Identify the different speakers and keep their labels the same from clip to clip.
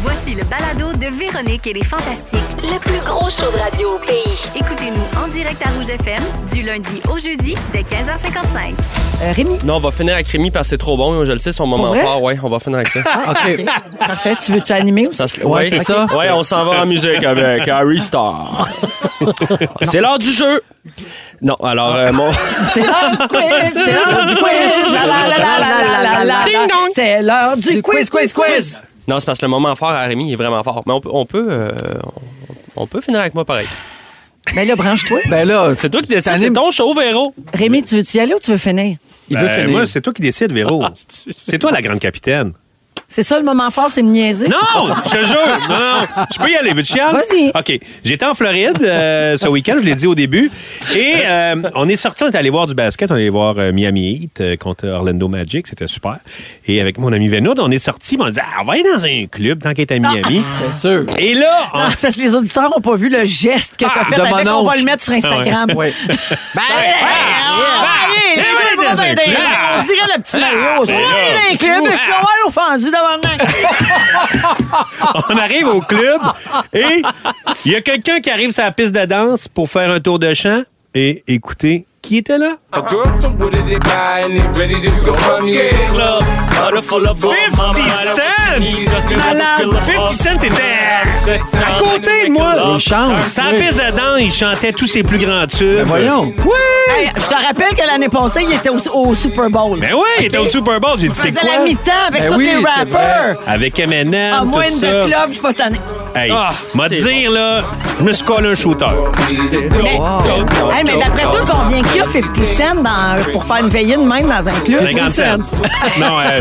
Speaker 1: Voici le balado de Véronique et les Fantastiques, le plus gros show de radio au pays. Écoutez-nous en direct à Rouge FM du lundi au jeudi dès 15h55.
Speaker 2: Euh, Rémi.
Speaker 3: Non, on va finir avec Rémi parce que c'est trop bon. hein, Je le sais, son moment
Speaker 2: vrai?
Speaker 3: fort. Ouais, on va finir avec ça.
Speaker 2: Ah, OK. Parfait. Tu veux-tu animer aussi?
Speaker 3: Ça se- ouais,
Speaker 2: OK.
Speaker 3: Ouais, on s'en va en musique avec Harry Star. c'est l'heure du jeu. Non, alors euh, mon.
Speaker 2: C'est l'heure Ah, du quiz. C'est l'heure du quiz. La, la, la, la, la, la, la, la. C'est l'heure du quiz, quiz, quiz.
Speaker 3: Non, c'est parce que le moment fort à Rémi il est vraiment fort. Mais on peut, on peut, euh, on, on peut finir avec moi pareil.
Speaker 2: Mais là, branche-toi.
Speaker 4: Ben là,
Speaker 3: C'est toi qui décides. C'est
Speaker 4: T'animes-
Speaker 3: ton show, Véro.
Speaker 2: Rémi, tu veux-tu y aller ou tu veux finir?
Speaker 4: il
Speaker 5: Ben,
Speaker 4: veut finir.
Speaker 5: Moi, c'est toi qui décides, Véro.
Speaker 6: Ah,
Speaker 5: c'est toi la grande capitaine.
Speaker 2: C'est ça le moment fort, c'est me niaiser.
Speaker 5: Non, je te jure. Non, non. Je peux y aller, veux
Speaker 2: Vas-y.
Speaker 5: OK. J'étais en Floride euh, ce week-end, je l'ai dit au début. Et euh, on est sorti, on est allé voir du basket, on est allé voir euh, Miami Heat euh, contre Orlando Magic, c'était super. Et avec mon ami Venoud, on est sorti, on a dit, ah, on va aller dans un club tant qu'il est à Miami.
Speaker 4: Bien sûr.
Speaker 5: Et là, on-
Speaker 2: Ah, c'est parce que les auditeurs n'ont pas vu le geste que tu as
Speaker 5: Ah,
Speaker 2: fait
Speaker 4: de
Speaker 2: avec.
Speaker 4: mon
Speaker 2: On va
Speaker 4: oncle.
Speaker 2: le mettre sur Instagram.
Speaker 4: Oui.
Speaker 2: Ben, allez, allez, allez,
Speaker 5: ben,
Speaker 2: allez,
Speaker 5: dans un
Speaker 2: ben,
Speaker 5: club.
Speaker 2: On dirait le petit Mario. On va
Speaker 5: ben là.
Speaker 2: aller dans les clubs et puis on va aller offendu devant le mec.
Speaker 5: on arrive au club et il y a quelqu'un qui arrive sur la piste de danse pour faire un tour de chant et écoutez qui était là.
Speaker 7: A girl from Wooded they buy and they ready to go from here.
Speaker 5: 50 Cent! Malade! 50 Cent était à côté de moi!
Speaker 4: Une chance.
Speaker 5: Sa
Speaker 4: oui.
Speaker 5: piste de danse, il chantait tous ses plus grands tubes.
Speaker 4: Voyons.
Speaker 2: Hey, Je te rappelle que l'année passée, il était au, au Super Bowl.
Speaker 5: Ben oui, il était au Super Bowl, j'ai dit c'est
Speaker 2: Il faisait la
Speaker 5: quoi?
Speaker 2: mi-temps avec
Speaker 4: Ben
Speaker 2: tous
Speaker 4: oui,
Speaker 2: les
Speaker 4: c'est
Speaker 2: rappeurs.
Speaker 5: Avec Eminem,
Speaker 2: Ah, moi,
Speaker 5: tout
Speaker 2: une
Speaker 5: ça.
Speaker 2: de club, je suis pas tannée.
Speaker 5: Hey,
Speaker 3: Ah,
Speaker 5: m'a
Speaker 3: c'est
Speaker 5: dire là, je me suis collé un shooter.
Speaker 2: Hey, mais d'après toi, combien qu'il y a 50 cents dans- pour faire une veillée de même dans un club?
Speaker 5: 50 cents. non, euh,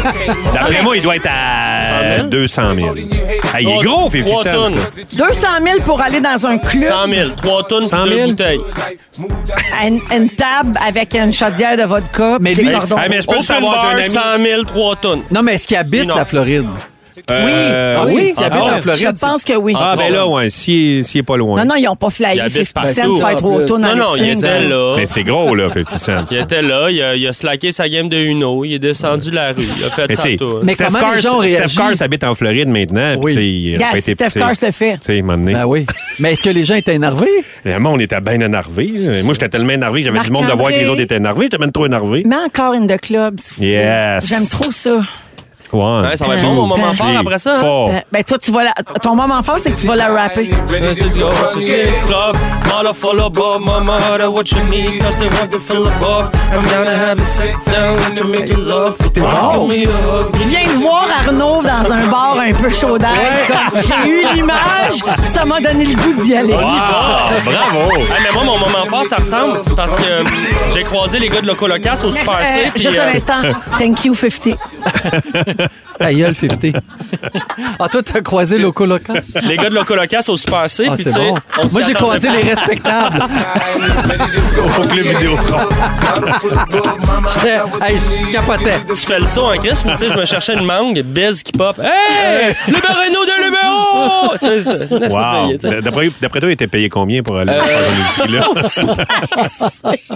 Speaker 5: d'après moi, il doit être à 200 000. Hey, il est gros, 50
Speaker 3: Trois
Speaker 5: Cent.
Speaker 3: tonnes.
Speaker 2: 200 000 pour aller dans un club,
Speaker 3: 100 000. 3 tonnes,
Speaker 5: 100
Speaker 3: pour
Speaker 5: 000.
Speaker 3: deux bouteilles.
Speaker 2: à une, une table avec une chaudière de vodka.
Speaker 4: Mais
Speaker 2: des
Speaker 4: lui-
Speaker 2: cordons.
Speaker 5: Hey, mais je peux
Speaker 3: Open
Speaker 5: le savoir,
Speaker 3: bar,
Speaker 5: j'ai un ami.
Speaker 3: 100 000, 3 tonnes.
Speaker 4: Non, mais est-ce qu'il habite
Speaker 3: Non.
Speaker 4: la Floride?
Speaker 5: Euh,
Speaker 4: ah oui,
Speaker 5: ah
Speaker 4: s'il habite
Speaker 5: ouais.
Speaker 4: en Floride.
Speaker 2: je pense que oui.
Speaker 5: Ah, ben là, ouais, s'il s'il est pas loin.
Speaker 2: non, non, ils n'ont pas
Speaker 3: Il
Speaker 2: flyé
Speaker 3: habite
Speaker 2: 50 cents
Speaker 3: partout.
Speaker 2: pour faire trois
Speaker 4: En plus.
Speaker 2: tours dans
Speaker 3: Non, non,
Speaker 2: le
Speaker 3: il
Speaker 2: film
Speaker 3: était
Speaker 2: de-
Speaker 3: là.
Speaker 5: Mais c'est gros, là, 50 Cent.
Speaker 3: Il était là, il a, il a slacké sa game de Uno, il est descendu la rue, il a fait
Speaker 5: Mais
Speaker 3: ça
Speaker 5: tu sais,
Speaker 3: tour.
Speaker 4: Mais
Speaker 5: Steph
Speaker 4: comment les
Speaker 5: Curse-
Speaker 4: gens ont
Speaker 5: Steph
Speaker 4: réagi?
Speaker 5: Curse habite en Floride maintenant.
Speaker 4: Oui.
Speaker 5: puis tu sais, il a pas
Speaker 2: Yes,
Speaker 5: été-
Speaker 2: Steph
Speaker 5: tu sais,
Speaker 2: Curse le fait.
Speaker 5: Tu sais, il m'a donné.
Speaker 4: Ben oui. Mais est-ce que les gens étaient énervés?
Speaker 5: Le monde était bien énervé. là. Moi, j'étais tellement énervé. J'avais du monde de voir que les
Speaker 2: Marc-André.
Speaker 5: autres étaient énervés. J'étais même trop énervé.
Speaker 2: Mais encore une de club, s'il vous plaît.
Speaker 5: Yes.
Speaker 2: J'aime trop ça.
Speaker 5: Ouais.
Speaker 3: Ouais, ça va être bon mon moment fort après ça. hein?
Speaker 5: Fort.
Speaker 2: Ben, Ben, toi, tu vas la... ton moment fort, c'est que tu vas la rapper.
Speaker 7: Ready to go from here.
Speaker 3: Club, all of all above, mama, order what you need, cause they want to fill above. I'm down to have a sit down and to make it love. C'était
Speaker 4: bon.
Speaker 2: Je viens de voir Arnaud dans un bar un peu chaud d'air. Comme J'ai eu l'image, ça m'a donné le goût d'y aller.
Speaker 5: Ah, bravo.
Speaker 3: Ah, mais moi, mon moment fort, ça ressemble. C'est parce que j'ai croisé les gars de Locolocas au Super
Speaker 2: Merci. Euh,
Speaker 3: C. puis,
Speaker 2: juste
Speaker 3: euh,
Speaker 2: un instant. Thank you, 50.
Speaker 4: Ta gueule, 50. ah, toi, t'as croisé Loco Locas?
Speaker 3: les gars de Locolocas au Super C.
Speaker 4: Ah,
Speaker 3: puis,
Speaker 4: c'est
Speaker 3: tu sais,
Speaker 4: bon.
Speaker 3: on s'y
Speaker 4: Moi, j'ai
Speaker 3: attendait
Speaker 4: croisé
Speaker 3: pas.
Speaker 4: les respectables.
Speaker 5: Au club vidéo.
Speaker 4: J'étais- hey, je capotais.
Speaker 3: Je fais le saut en Christ, mais tu sais, je me cherchais une mangue, bise qui pop. Hey! Le Renault de Luméo! Tu sais, c'est- c'est
Speaker 5: Wow.
Speaker 3: payé, tu sais.
Speaker 5: D'après d'après toi, il était payé combien pour aller
Speaker 2: Euh.
Speaker 5: faire une là?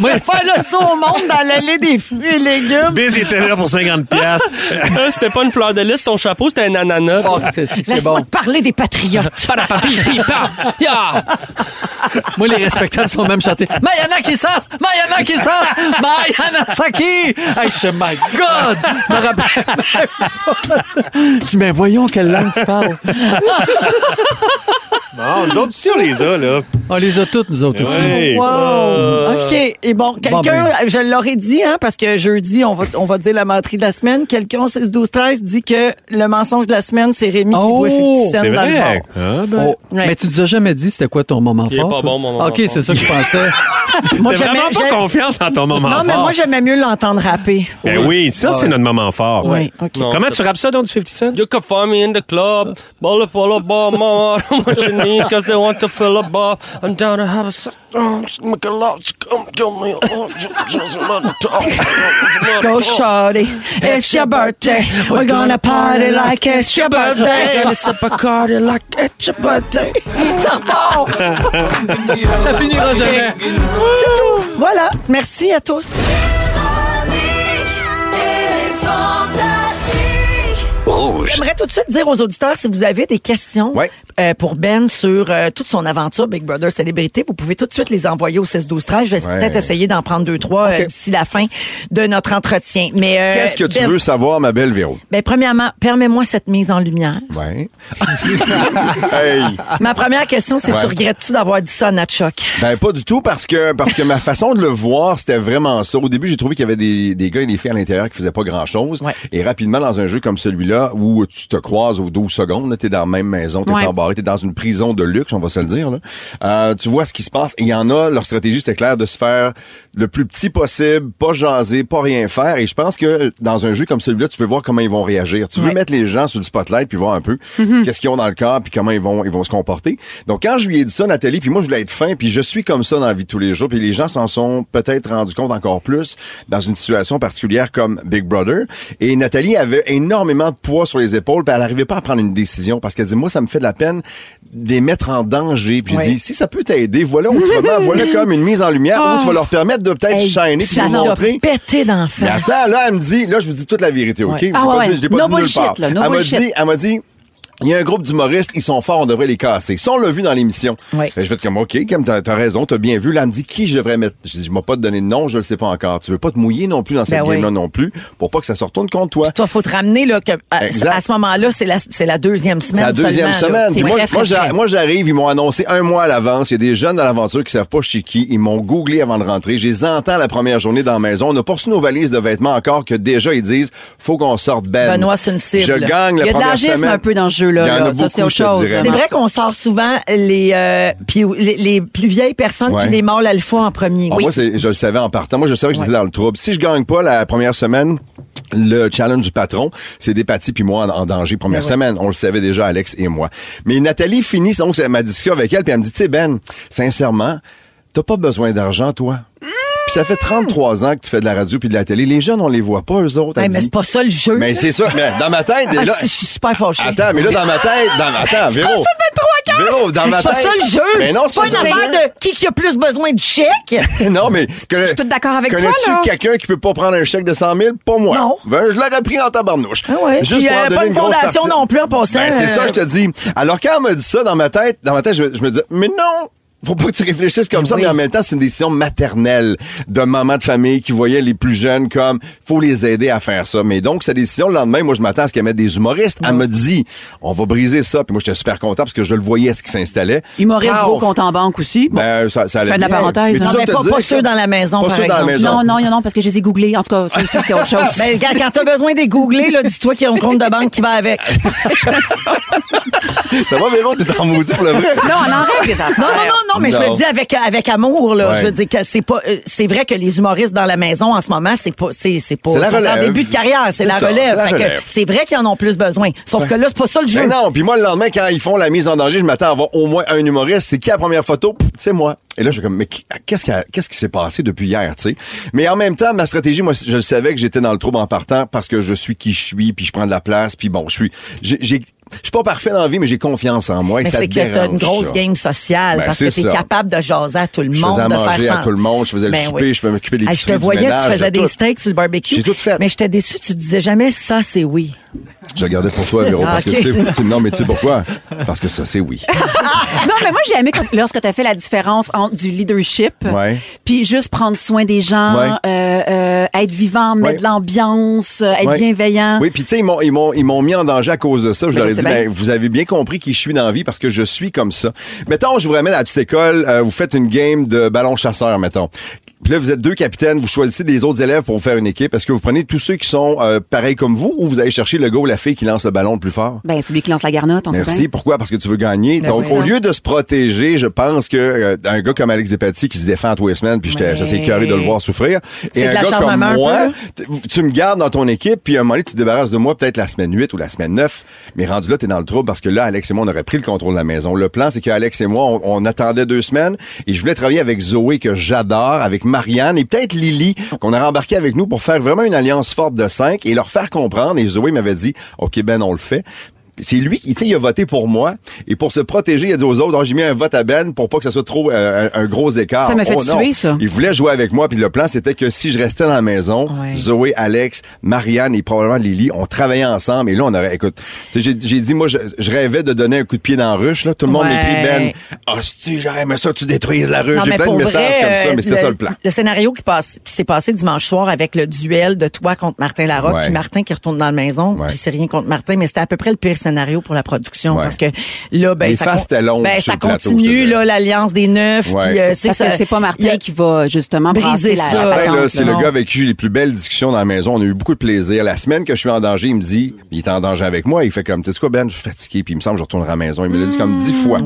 Speaker 4: Moi,
Speaker 2: Faire le saut au monde dans l'allée des fruits et légumes.
Speaker 5: Biz il était là pour 50 piastres.
Speaker 3: Euh, C'était pas une fleur de lys, son chapeau, c'était un ananas.
Speaker 4: oh, c'est- c'est c'est
Speaker 2: Laisse-moi
Speaker 4: bon.
Speaker 2: te parler des patriotes.
Speaker 3: Parapapi, pi, pa, ya.
Speaker 4: Moi, les respectables sont même chantés. Mayana Kissas! Mayana Kissas! Mayana Saki! Hey, je my God! Je me rappelle même pas. Je dis, mais voyons quelle langue tu parles.
Speaker 5: Ah, Non, nous autres aussi, on les a, là.
Speaker 4: On les a toutes, nous
Speaker 3: Eh
Speaker 4: autres aussi.
Speaker 5: Ouais.
Speaker 2: Wow! OK. Et bon, quelqu'un,
Speaker 4: Bon,
Speaker 2: je l'aurais dit, hein, parce que jeudi, on va, on va dire la menterie de la semaine. Quelqu'un, au 6, 12, 13, dit que le mensonge de la semaine, c'est Rémi
Speaker 4: Oh,
Speaker 2: qui voit 50 cents
Speaker 5: C'est
Speaker 2: dans le
Speaker 5: vrai.
Speaker 2: bord.
Speaker 5: Ah, ben.
Speaker 4: Oh.
Speaker 2: Ouais.
Speaker 4: Mais tu nous as jamais dit c'était quoi ton moment
Speaker 3: Il est
Speaker 4: fort.
Speaker 3: pas
Speaker 4: toi.
Speaker 3: bon, mon moment
Speaker 4: OK,
Speaker 3: fort.
Speaker 4: c'est ça que je pensais.
Speaker 2: Moi,
Speaker 5: T'as
Speaker 2: j'aimais-
Speaker 5: vraiment pas
Speaker 2: j'ai-
Speaker 5: confiance en ton moment
Speaker 2: Non,
Speaker 5: fort.
Speaker 2: mais moi, j'aimais mieux l'entendre rapper.
Speaker 5: Ben oui, ça, c'est notre moment fort.
Speaker 2: Oui, OK.
Speaker 3: Non.
Speaker 5: Comment tu rappes ça dans du 50 Cent?
Speaker 3: You can find me in the club, ball up, ball up, ball, mama. I don't want you need, cause they want to fill a bar. I'm down to have a sex, oh, just make a lot, just come, give me a oh, just, just another talk, just another
Speaker 2: Go
Speaker 3: talk.
Speaker 2: shorty, it's your birthday. We're gonna party like it's your birthday.
Speaker 3: Gonna sip a cardi like it's your birthday.
Speaker 4: Ça finira jamais.
Speaker 2: C'est tout. Voilà. Merci à tous. J'aimerais tout de suite dire aux auditeurs si vous avez des questions
Speaker 6: Ouais.
Speaker 2: euh, pour Ben sur euh, toute son aventure Big Brother Célébrité, vous pouvez tout de suite les envoyer au 16 12 13. Je vais
Speaker 6: Ouais.
Speaker 2: peut-être essayer d'en prendre deux trois euh,
Speaker 6: OK.
Speaker 2: d'ici la fin de notre entretien. Mais euh,
Speaker 6: Qu'est-ce que tu
Speaker 2: Ben,
Speaker 6: veux savoir, ma belle Véro?
Speaker 2: Ben premièrement, permets-moi cette mise en lumière.
Speaker 6: Ouais. hey!
Speaker 2: Ma première question, c'est
Speaker 6: Ah. Ouais.
Speaker 2: tu regrettes-tu d'avoir dit ça à Natchok?
Speaker 6: Ben pas du tout parce que parce que ma façon de le voir c'était vraiment ça. Au début j'ai trouvé qu'il y avait des, des gars et des filles à l'intérieur qui faisaient pas grand chose
Speaker 2: Ouais.
Speaker 6: et rapidement dans un jeu comme celui-là où tu te croises aux 12 secondes, là, t'es dans la même maison, t'es
Speaker 2: Ouais.
Speaker 6: embarré, t'es dans une prison de luxe on va se le dire. Là. Euh, tu vois ce qui se passe et il y en a leur stratégie c'était clair de se faire le plus petit possible, pas jaser, pas rien faire et je pense que dans un jeu comme celui-là tu veux voir comment ils vont réagir. Tu veux
Speaker 2: Ouais. Mhm.
Speaker 6: mettre les gens sur le spotlight puis voir un peu qu'est-ce qu'ils ont dans le corps puis comment ils vont ils vont se comporter. Donc quand je lui ai dit ça Nathalie puis moi je voulais être fin puis je suis comme ça dans la vie de tous les jours puis les gens s'en sont peut-être rendu compte encore plus dans une situation particulière comme Big Brother et Nathalie avait énormément de poids sur les épaules puis elle n'arrivait pas à prendre une décision parce qu'elle dit moi ça me fait de la peine de les mettre en danger puis
Speaker 2: Ouais.
Speaker 6: je dis si ça peut t'aider voilà autrement voilà comme une mise en lumière où tu vas leur permettre de peut-être
Speaker 2: Hey,
Speaker 6: shiner puis
Speaker 2: ça
Speaker 6: nous
Speaker 2: t'a
Speaker 6: montrer
Speaker 2: pété d'en
Speaker 6: mais
Speaker 2: face.
Speaker 6: attends, là, elle me dit, là, je vous dis toute la vérité, OK? Je l'ai
Speaker 2: Ah
Speaker 6: pas
Speaker 2: ouais,
Speaker 6: dit- je l'ai pas
Speaker 2: no
Speaker 6: dit nulle
Speaker 2: bullshit,
Speaker 6: part.
Speaker 2: là, no
Speaker 6: elle m'a
Speaker 2: bullshit.
Speaker 6: dit, elle m'a dit, il y a un groupe d'humoristes, ils sont forts, on devrait les casser. Ça, on l'a vu dans l'émission.
Speaker 2: Ouais.
Speaker 6: Fait que Je vais être comme, OK, comme t'as, t'as raison, t'as bien vu. Là, elle me dit, qui je devrais mettre? Je dis, je m'ai pas donné de nom, je le sais pas encore. Tu veux pas te mouiller non plus dans cette
Speaker 2: Ben oui.
Speaker 6: game-là non plus, pour pas que ça se retourne contre toi.
Speaker 2: Toi, faut te ramener là, que, à,
Speaker 6: Exact.
Speaker 2: à ce moment-là, c'est la, c'est la deuxième
Speaker 6: C'est
Speaker 2: semaine.
Speaker 6: la deuxième
Speaker 2: seulement,
Speaker 6: semaine.
Speaker 2: là. C'est
Speaker 6: Puis moi,
Speaker 2: très
Speaker 6: moi,
Speaker 2: frais,
Speaker 6: j'a-
Speaker 2: frais.
Speaker 6: moi, j'arrive, ils m'ont annoncé un mois à l'avance. Il y a des jeunes dans l'aventure qui savent pas je suis qui. Ils m'ont googlé avant de rentrer. Je les entends la première journée dans la maison. On a pas reçu nos valises de vêtements encore que déjà ils disent faut qu'on sorte Ben.
Speaker 2: Benoît, c'est une cible.
Speaker 6: Je gagne
Speaker 8: Il y
Speaker 6: la
Speaker 8: a de
Speaker 6: première
Speaker 8: l'agisme
Speaker 6: semaine.
Speaker 8: un peu dans ce jeu-là,
Speaker 6: Il y en a
Speaker 8: là. Ça,
Speaker 6: beaucoup,
Speaker 8: c'est autre
Speaker 6: je te
Speaker 8: chose,
Speaker 6: dirais.
Speaker 8: vraiment.
Speaker 2: C'est vrai qu'on sort souvent les, euh, puis les, les plus vieilles personnes
Speaker 6: Ouais.
Speaker 2: puis les mâles alpha en premier.
Speaker 6: Ah, Moi, c'est- je le savais en partant. Moi, je savais que j'étais dans le trouble. Si je gagne pas la première semaine, le challenge du patron, c'est des pâtis puis moi en, en danger première
Speaker 2: Ben
Speaker 6: semaine. On le savait déjà, Alex et moi. Mais Nathalie finit, donc, c'est ma discussion avec elle, puis elle me dit, tu sais, Ben, sincèrement, t'as pas besoin d'argent, toi. Puis ça fait
Speaker 2: Hmm.
Speaker 6: 33 ans que tu fais de la radio puis de la télé. Les jeunes, on les voit pas, eux autres.
Speaker 2: Hey,
Speaker 6: elle
Speaker 2: Ben, mais
Speaker 6: dit.
Speaker 2: c'est pas ça le jeu.
Speaker 6: Mais c'est ça. Mais dans ma tête,
Speaker 2: Ah,
Speaker 6: déjà...
Speaker 2: si, je suis super fâchée.
Speaker 6: Attends, mais là, dans ma tête, dans ma... Attends, Véro.
Speaker 2: fait trois Ah, quarts.
Speaker 6: Véro, dans
Speaker 2: C'est
Speaker 6: ma
Speaker 2: pas
Speaker 6: tête...
Speaker 2: ça le jeu.
Speaker 6: Mais non, c'est pas
Speaker 2: une
Speaker 6: ça le
Speaker 2: affaire
Speaker 6: jeu.
Speaker 2: de qui qui a plus besoin de chèque.
Speaker 6: Non, mais. Je
Speaker 8: toute d'accord avec toi,
Speaker 6: Connais-tu
Speaker 8: là.
Speaker 6: quelqu'un qui peut pas prendre un chèque de 100 000? Pas moi.
Speaker 2: Non.
Speaker 6: Ben, je l'aurais pris en tabarnouche.
Speaker 2: Ah ouais.
Speaker 6: Juste
Speaker 2: Puis,
Speaker 6: pour en
Speaker 2: euh, pas
Speaker 6: donner
Speaker 2: une
Speaker 6: une grosse
Speaker 2: fondation
Speaker 6: partie.
Speaker 2: non plus en passant,
Speaker 6: Ben,
Speaker 2: euh.
Speaker 6: c'est ça, je te dis. Alors, quand elle m'a dit ça dans ma tête, dans ma tête, je, je me dis, mais non! Faut pas que tu réfléchisses
Speaker 2: Ben
Speaker 6: comme ça, mais en même temps, c'est une décision maternelle de maman de famille qui voyait les plus jeunes comme faut les aider à faire ça. Mais donc, sa décision, le lendemain, moi, je m'attends à ce qu'elle mette des humoristes. Elle me dit, on va briser ça. Puis moi, j'étais super content parce que je le voyais, ce qui s'installait.
Speaker 8: Humoriste
Speaker 6: Paf!
Speaker 8: gros compte en banque aussi. Bon.
Speaker 6: Ben, ça, ça allait
Speaker 8: Fin de la
Speaker 6: bien.
Speaker 8: parenthèse,
Speaker 6: Mais tout ça
Speaker 8: hein. Non,
Speaker 6: pour
Speaker 2: mais
Speaker 6: te
Speaker 2: pas-
Speaker 6: dire
Speaker 2: pas
Speaker 6: que-
Speaker 2: ceux dans la maison,
Speaker 6: Pas
Speaker 2: par
Speaker 6: ceux dans la
Speaker 2: exemple.
Speaker 6: maison.
Speaker 8: non, non, non, non, parce que je les ai googlés. En tout cas, ça aussi, c'est autre chose.
Speaker 2: Ben, quand quand t'as besoin des googlés, là, dis-toi qu'il y a un compte de banque qui va avec.
Speaker 6: Ça va, Véro? T'es en maudit pour le vrai?
Speaker 8: non, on en règle des affaires.
Speaker 2: Non, non, non, non, mais je
Speaker 6: Non.
Speaker 2: le dis avec, avec amour, là.
Speaker 6: Ouais.
Speaker 2: Je dis que c'est pas, euh, c'est vrai que les humoristes dans la maison en ce moment, c'est pas, c'est, c'est pas,
Speaker 6: C'est la
Speaker 2: ils sont en
Speaker 6: relève.
Speaker 2: début de carrière, c'est
Speaker 6: C'est
Speaker 2: la
Speaker 6: ça,
Speaker 2: relève.
Speaker 6: c'est la
Speaker 2: Fait que
Speaker 6: relève.
Speaker 2: C'est vrai qu'ils en ont plus besoin. Sauf que là, c'est pas ça le jeu.
Speaker 6: Ben non, puis moi, le lendemain, quand ils font la mise en danger, je m'attends à avoir au moins un humoriste. C'est qui la première photo? Pff, C'est moi. Et là, je suis comme, mais qui- qu'est-ce qui, a- qu'est-ce qui s'est passé depuis hier, tu sais? Mais en même temps, ma stratégie, moi, je le savais que j'étais dans le trouble en partant parce que je suis qui je suis, puis je prends de la place, puis bon, je suis... j'ai- j'ai- Je suis pas parfait dans la vie, mais j'ai confiance en moi et
Speaker 2: Mais
Speaker 6: ça
Speaker 2: c'est que t'as
Speaker 6: dérange.
Speaker 2: une grosse
Speaker 6: ça.
Speaker 2: game sociale
Speaker 6: Ben,
Speaker 2: parce que
Speaker 6: c'est
Speaker 2: t'es
Speaker 6: ça.
Speaker 2: capable de jaser à tout le
Speaker 6: Je
Speaker 2: monde,
Speaker 6: faisais à
Speaker 2: de
Speaker 6: manger
Speaker 2: faire
Speaker 6: à
Speaker 2: ça.
Speaker 6: tout le monde, je faisais le
Speaker 2: Ben
Speaker 6: souper, je m'occupais des
Speaker 2: Ah, Je te
Speaker 6: épiceries, du
Speaker 2: voyais, tu
Speaker 6: ménage,
Speaker 2: faisais
Speaker 6: de
Speaker 2: des
Speaker 6: tout.
Speaker 2: steaks sur le barbecue.
Speaker 6: J'ai tout fait.
Speaker 2: Mais j'étais déçu, tu disais jamais ça, c'est oui.
Speaker 6: Je regardais pour toi, Véro,
Speaker 2: Ah,
Speaker 6: parce
Speaker 2: ok.
Speaker 6: que tu sais- tu sais... Non, mais tu sais pourquoi? Parce que ça, c'est oui.
Speaker 8: non, mais moi, j'ai aimé quand- lorsque tu as fait la différence entre du leadership,
Speaker 6: Ouais.
Speaker 8: puis juste prendre soin des gens,
Speaker 6: Ouais.
Speaker 8: euh, euh, euh, être vivant, mettre
Speaker 6: Ouais.
Speaker 8: de l'ambiance, euh, être
Speaker 6: Ouais.
Speaker 8: bienveillant.
Speaker 6: Oui, puis tu sais, ils m'ont, ils, m'ont, ils m'ont mis en danger à cause de ça. Je
Speaker 8: Ben,
Speaker 6: leur ai
Speaker 8: je
Speaker 6: dit,
Speaker 8: sais bien.
Speaker 6: ben, vous avez bien compris qui je suis dans la vie parce que je suis comme ça. Mettons, je vous ramène à la petite école, euh, vous faites une game de ballon chasseur, mettons. Puis là, vous êtes deux capitaines, vous choisissez des autres élèves pour vous faire une équipe. Est-ce que vous prenez tous ceux qui sont euh, pareils comme vous ou vous allez chercher le gars ou la fille qui lance le ballon le plus fort?
Speaker 8: Ben, celui qui lance la garnotte, on sait
Speaker 6: Merci.
Speaker 8: bien.
Speaker 6: Pourquoi? Parce que tu veux gagner.
Speaker 8: Ben,
Speaker 6: Donc,
Speaker 8: c'est
Speaker 6: au
Speaker 8: ça.
Speaker 6: lieu de se protéger, je pense que euh, un gars comme Alex Zepati qui se défend à tous les semaines, puis j'étais
Speaker 8: Ouais.
Speaker 6: j'étais écœuré de le voir souffrir.
Speaker 2: C'est
Speaker 6: Et
Speaker 2: de
Speaker 6: un gars
Speaker 2: l'acharnement
Speaker 6: comme
Speaker 2: un
Speaker 6: moi,
Speaker 2: peu.
Speaker 6: t- tu me gardes dans ton équipe, puis à un moment donné, tu te débarrasses de moi peut-être la semaine 8 ou la semaine 9. Mais rendu là, t'es dans le trouble parce que là, Alex et moi, on aurait pris le contrôle de la maison. Le plan, c'est qu'Alex et moi, on, on attendait deux semaines et je voulais travailler avec Zoé, que j'adore, avec Marianne et peut-être Lily, qu'on a rembarqué avec nous pour faire vraiment une alliance forte de cinq et leur faire comprendre. Et Zoé m'avait dit, OK, Ben, on le fait. C'est lui qui, tu sais, il a voté pour moi. Et pour se protéger, il a dit aux autres, Ah, j'ai mis un vote à Ben pour pas que ça soit trop euh, un, un gros écart. Oh,
Speaker 8: Ça m'a fait
Speaker 6: non.
Speaker 8: suer,
Speaker 2: Hein?
Speaker 8: ça.
Speaker 6: Il voulait jouer avec moi, puis le plan, c'était que si je restais dans la maison,
Speaker 8: Ouais.
Speaker 6: Zoé, Alex, Marianne et probablement Lily, on travaillait ensemble. Et là, on aurait, écoute, tu sais, j'ai j'ai dit, moi, je, je rêvais de donner un coup de pied dans la ruche. Là. Tout le monde
Speaker 2: Ouais.
Speaker 6: m'écrit, Ben, hostie, j'aurais aimé ça, que tu détruises la ruche.
Speaker 2: Non,
Speaker 6: J'ai
Speaker 2: mais
Speaker 6: plein de
Speaker 2: pour
Speaker 6: messages
Speaker 2: vrai,
Speaker 6: comme ça,
Speaker 2: euh,
Speaker 6: mais c'était ça le plan.
Speaker 2: Le scénario qui, passe, qui s'est passé dimanche soir avec le duel de toi contre Martin Larocque,
Speaker 6: Ouais.
Speaker 2: puis Martin qui retourne dans la maison,
Speaker 6: Ouais.
Speaker 2: puis c'est rien contre Martin, mais c'était à peu près le pire scénario pour la production
Speaker 6: Ouais.
Speaker 2: parce que là, ben,
Speaker 6: Les
Speaker 2: ça,
Speaker 6: faces étaient longues
Speaker 2: ben,
Speaker 6: sur
Speaker 2: ça
Speaker 6: le plateau, je te
Speaker 2: continue
Speaker 6: dirais.
Speaker 2: là l'alliance des neufs,
Speaker 6: Ouais.
Speaker 2: puis euh, c'est
Speaker 8: Parce
Speaker 2: ça-
Speaker 8: que c'est pas
Speaker 2: il y
Speaker 8: Martin
Speaker 2: a-
Speaker 8: qui va justement
Speaker 2: Briser
Speaker 8: briser la,
Speaker 2: ça.
Speaker 8: la
Speaker 6: Martin,
Speaker 8: patente,
Speaker 6: là, c'est
Speaker 8: là.
Speaker 6: le
Speaker 2: non.
Speaker 6: gars avec qui j'ai les plus belles discussions dans la maison. On a eu beaucoup de plaisir. La semaine que je suis en danger, il me dit, il est en danger avec moi. Il fait comme, tu sais quoi, Ben, je suis fatigué, puis il me semble que je retournerai à la maison. Il me l'a dit comme dix fois.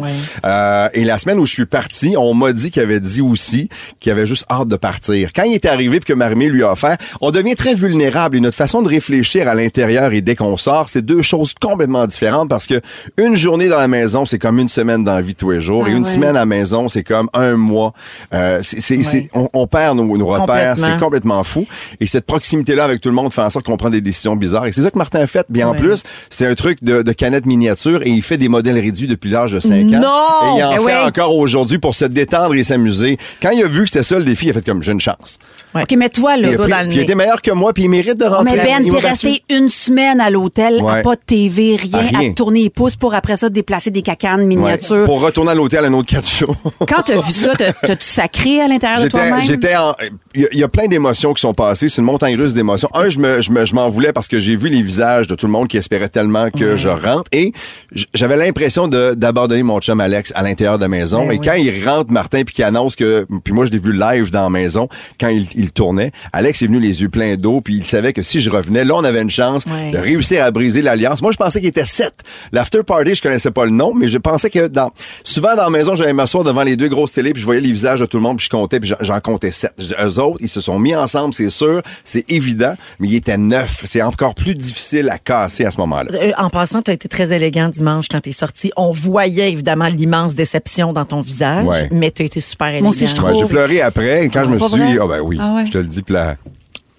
Speaker 6: Euh, et la semaine où je suis parti, on m'a dit qu'il avait dit aussi qu'il avait juste hâte de partir. Quand il est arrivé puis que Marmé lui a offert, on devient très vulnérable et notre façon de réfléchir à l'intérieur et dès qu'on sort, c'est deux choses complètement différentes parce que une journée dans la maison, c'est comme une semaine dans la vie de tous les jours et
Speaker 8: Ah
Speaker 6: une
Speaker 8: ouais.
Speaker 6: semaine à la maison, c'est comme un mois. Euh, c'est, c'est- c'est- on, on perd nos, nos repères,
Speaker 2: Complètement.
Speaker 6: hein. c'est complètement fou. Et cette proximité-là avec tout le monde fait en sorte qu'on prend des décisions bizarres. Et c'est ça que Martin a fait. Bien en
Speaker 2: Ouais.
Speaker 6: plus, c'est un truc de, de canette miniature et il fait des modèles réduits depuis l'âge de 5 ans.
Speaker 2: Non!
Speaker 6: Et il en
Speaker 2: Eh
Speaker 6: fait
Speaker 2: oui.
Speaker 6: encore aujourd'hui pour se détendre et s'amuser. Quand il a vu que c'était ça le défi, il a fait comme j'ai une chance.
Speaker 2: Ouais.
Speaker 8: OK, mais toi, là,
Speaker 6: Puis il, a
Speaker 2: doigt
Speaker 6: pris-
Speaker 2: dans le
Speaker 6: puis il
Speaker 2: nez.
Speaker 6: était meilleur que moi, puis il mérite de rentrer.
Speaker 8: Mais Ben,
Speaker 6: Il
Speaker 8: t'es
Speaker 6: m'a
Speaker 8: resté
Speaker 6: battu.
Speaker 8: une semaine à l'hôtel,
Speaker 6: Ouais.
Speaker 8: à pas de TV, rien,
Speaker 6: À
Speaker 8: à,
Speaker 6: rien.
Speaker 8: te tourner les pouces pour après ça déplacer des cacanes
Speaker 6: Ouais.
Speaker 8: miniatures.
Speaker 6: Pour retourner à l'hôtel un autre 4 jours.
Speaker 8: Quand t'as vu ça, t'as- t'as-tu sacré à l'intérieur de
Speaker 6: J'étais,
Speaker 8: toi-même?
Speaker 6: j'étais en, il y a- il y, a plein d'émotions qui sont passées. C'est une montagne russe d'émotions. Un, je me, je me, je m'en voulais parce que j'ai vu les visages de tout le monde qui espérait tellement que je rentre et j- j'avais l'impression de, d'abandonner mon chum Alex à l'intérieur de la maison. et quand il rentre, Martin, puis qu'il annonce que, puis moi je l'ai vu live dans la maison quand il, il tournait. Alex est venu les yeux pleins d'eau puis il savait que si je revenais, là on avait une chance
Speaker 2: Ouais.
Speaker 6: de réussir à briser l'alliance. Moi je pensais qu'il était sept. L'after party, je connaissais pas le nom, mais je pensais que dans, souvent dans la maison, j'allais m'asseoir devant les deux grosses télés puis je voyais les visages de tout le monde puis je comptais puis j'en- j'en comptais sept. Je- Eux autres, ils se sont mis ensemble, c'est sûr, c'est évident, mais ils étaient neuf. C'est encore plus difficile à casser à ce moment-là.
Speaker 2: Euh, En passant, tu as été très élégant dimanche quand tu es sorti. On voyait évidemment l'immense déception dans ton visage,
Speaker 6: Ouais.
Speaker 2: mais tu as été super élégant.
Speaker 8: Moi aussi, je trouve.
Speaker 6: Ouais, j'ai pleuré après et quand je me
Speaker 8: Pas
Speaker 6: suis
Speaker 8: vrai?
Speaker 6: dit, ah ben oui,
Speaker 8: Ah ouais.
Speaker 6: je te le dis puis la-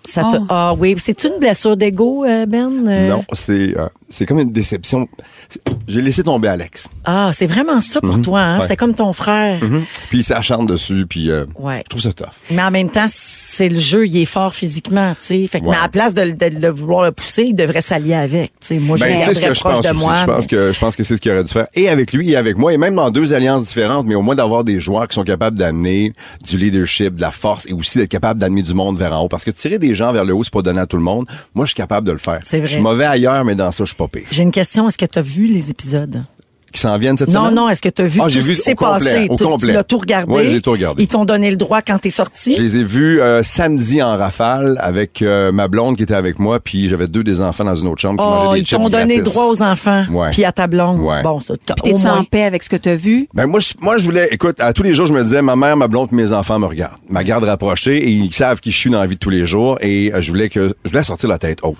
Speaker 2: Ça te-
Speaker 8: Oh.
Speaker 2: Ah oui, c'est une blessure d'ego, euh, Ben. Euh,
Speaker 6: Non, c'est euh, c'est comme une déception. C'est- J'ai laissé tomber Alex.
Speaker 2: Ah, c'est vraiment ça pour toi. Hein?
Speaker 6: Mhm. Ouais.
Speaker 2: C'était comme ton frère.
Speaker 8: Mm-hmm.
Speaker 6: Mhm. Puis il s'acharne dessus puis euh,
Speaker 2: Ouais.
Speaker 6: je trouve ça tough.
Speaker 2: Mais en même temps, c'est le jeu, il est fort physiquement, tu sais. Fait que,
Speaker 6: Ouais.
Speaker 2: mais à la place de, le- de le vouloir le pousser, il devrait s'allier avec, tu sais. Moi, je
Speaker 6: Ben,
Speaker 2: le
Speaker 6: c'est ce
Speaker 2: garderais
Speaker 6: que je
Speaker 2: proche
Speaker 6: pense
Speaker 2: de
Speaker 6: aussi.
Speaker 2: moi.
Speaker 6: je, pense
Speaker 2: mais-
Speaker 6: que, je pense que c'est ce qu'il aurait dû faire. Et avec lui et avec moi, et même dans deux alliances différentes, mais au moins d'avoir des joueurs qui sont capables d'amener du leadership, de la force et aussi d'être capable d'amener du monde vers en haut. Parce que tirer des gens vers le haut, c'est pas donné à tout le monde. Moi, je suis capable de le faire.
Speaker 2: C'est vrai.
Speaker 6: Je suis mauvais ailleurs, mais dans ça, je suis pas pire.
Speaker 2: J'ai une question. Est-ce que tu as vu les épisodes?
Speaker 6: Qui s'en viennent cette
Speaker 2: Non,
Speaker 6: semaine?
Speaker 2: non. Est-ce que tu as vu
Speaker 6: Ah,
Speaker 2: tout
Speaker 6: j'ai
Speaker 2: ce
Speaker 6: vu
Speaker 2: qui s'est
Speaker 6: au complet,
Speaker 2: passé?
Speaker 6: au
Speaker 2: Tu-
Speaker 6: complet.
Speaker 2: Tu l'as tout regardé?
Speaker 6: Ouais, j'ai tout regardé.
Speaker 2: Ils t'ont donné le droit quand t'es sorti?
Speaker 6: Je les ai vus euh, samedi en rafale avec euh, ma blonde qui était avec moi, puis j'avais deux des enfants dans une autre chambre qui
Speaker 2: Oh,
Speaker 6: mangeaient des
Speaker 2: ils
Speaker 6: chips
Speaker 2: t'ont donné le
Speaker 6: gratis.
Speaker 2: droit aux enfants,
Speaker 6: Ouais.
Speaker 2: puis à ta blonde.
Speaker 6: Ouais.
Speaker 2: Bon, ça, t'as-
Speaker 8: Puis
Speaker 2: au
Speaker 8: t'es-tu en
Speaker 2: moins.
Speaker 8: paix avec ce que t'as vu?
Speaker 6: Ben moi, je, moi, je voulais, écoute, à tous les jours, je me disais, ma mère, ma blonde, mes enfants me regardent, ma garde rapprochée, et ils savent qui je suis dans la vie de tous les jours, et euh, je voulais que, je voulais sortir la tête haute.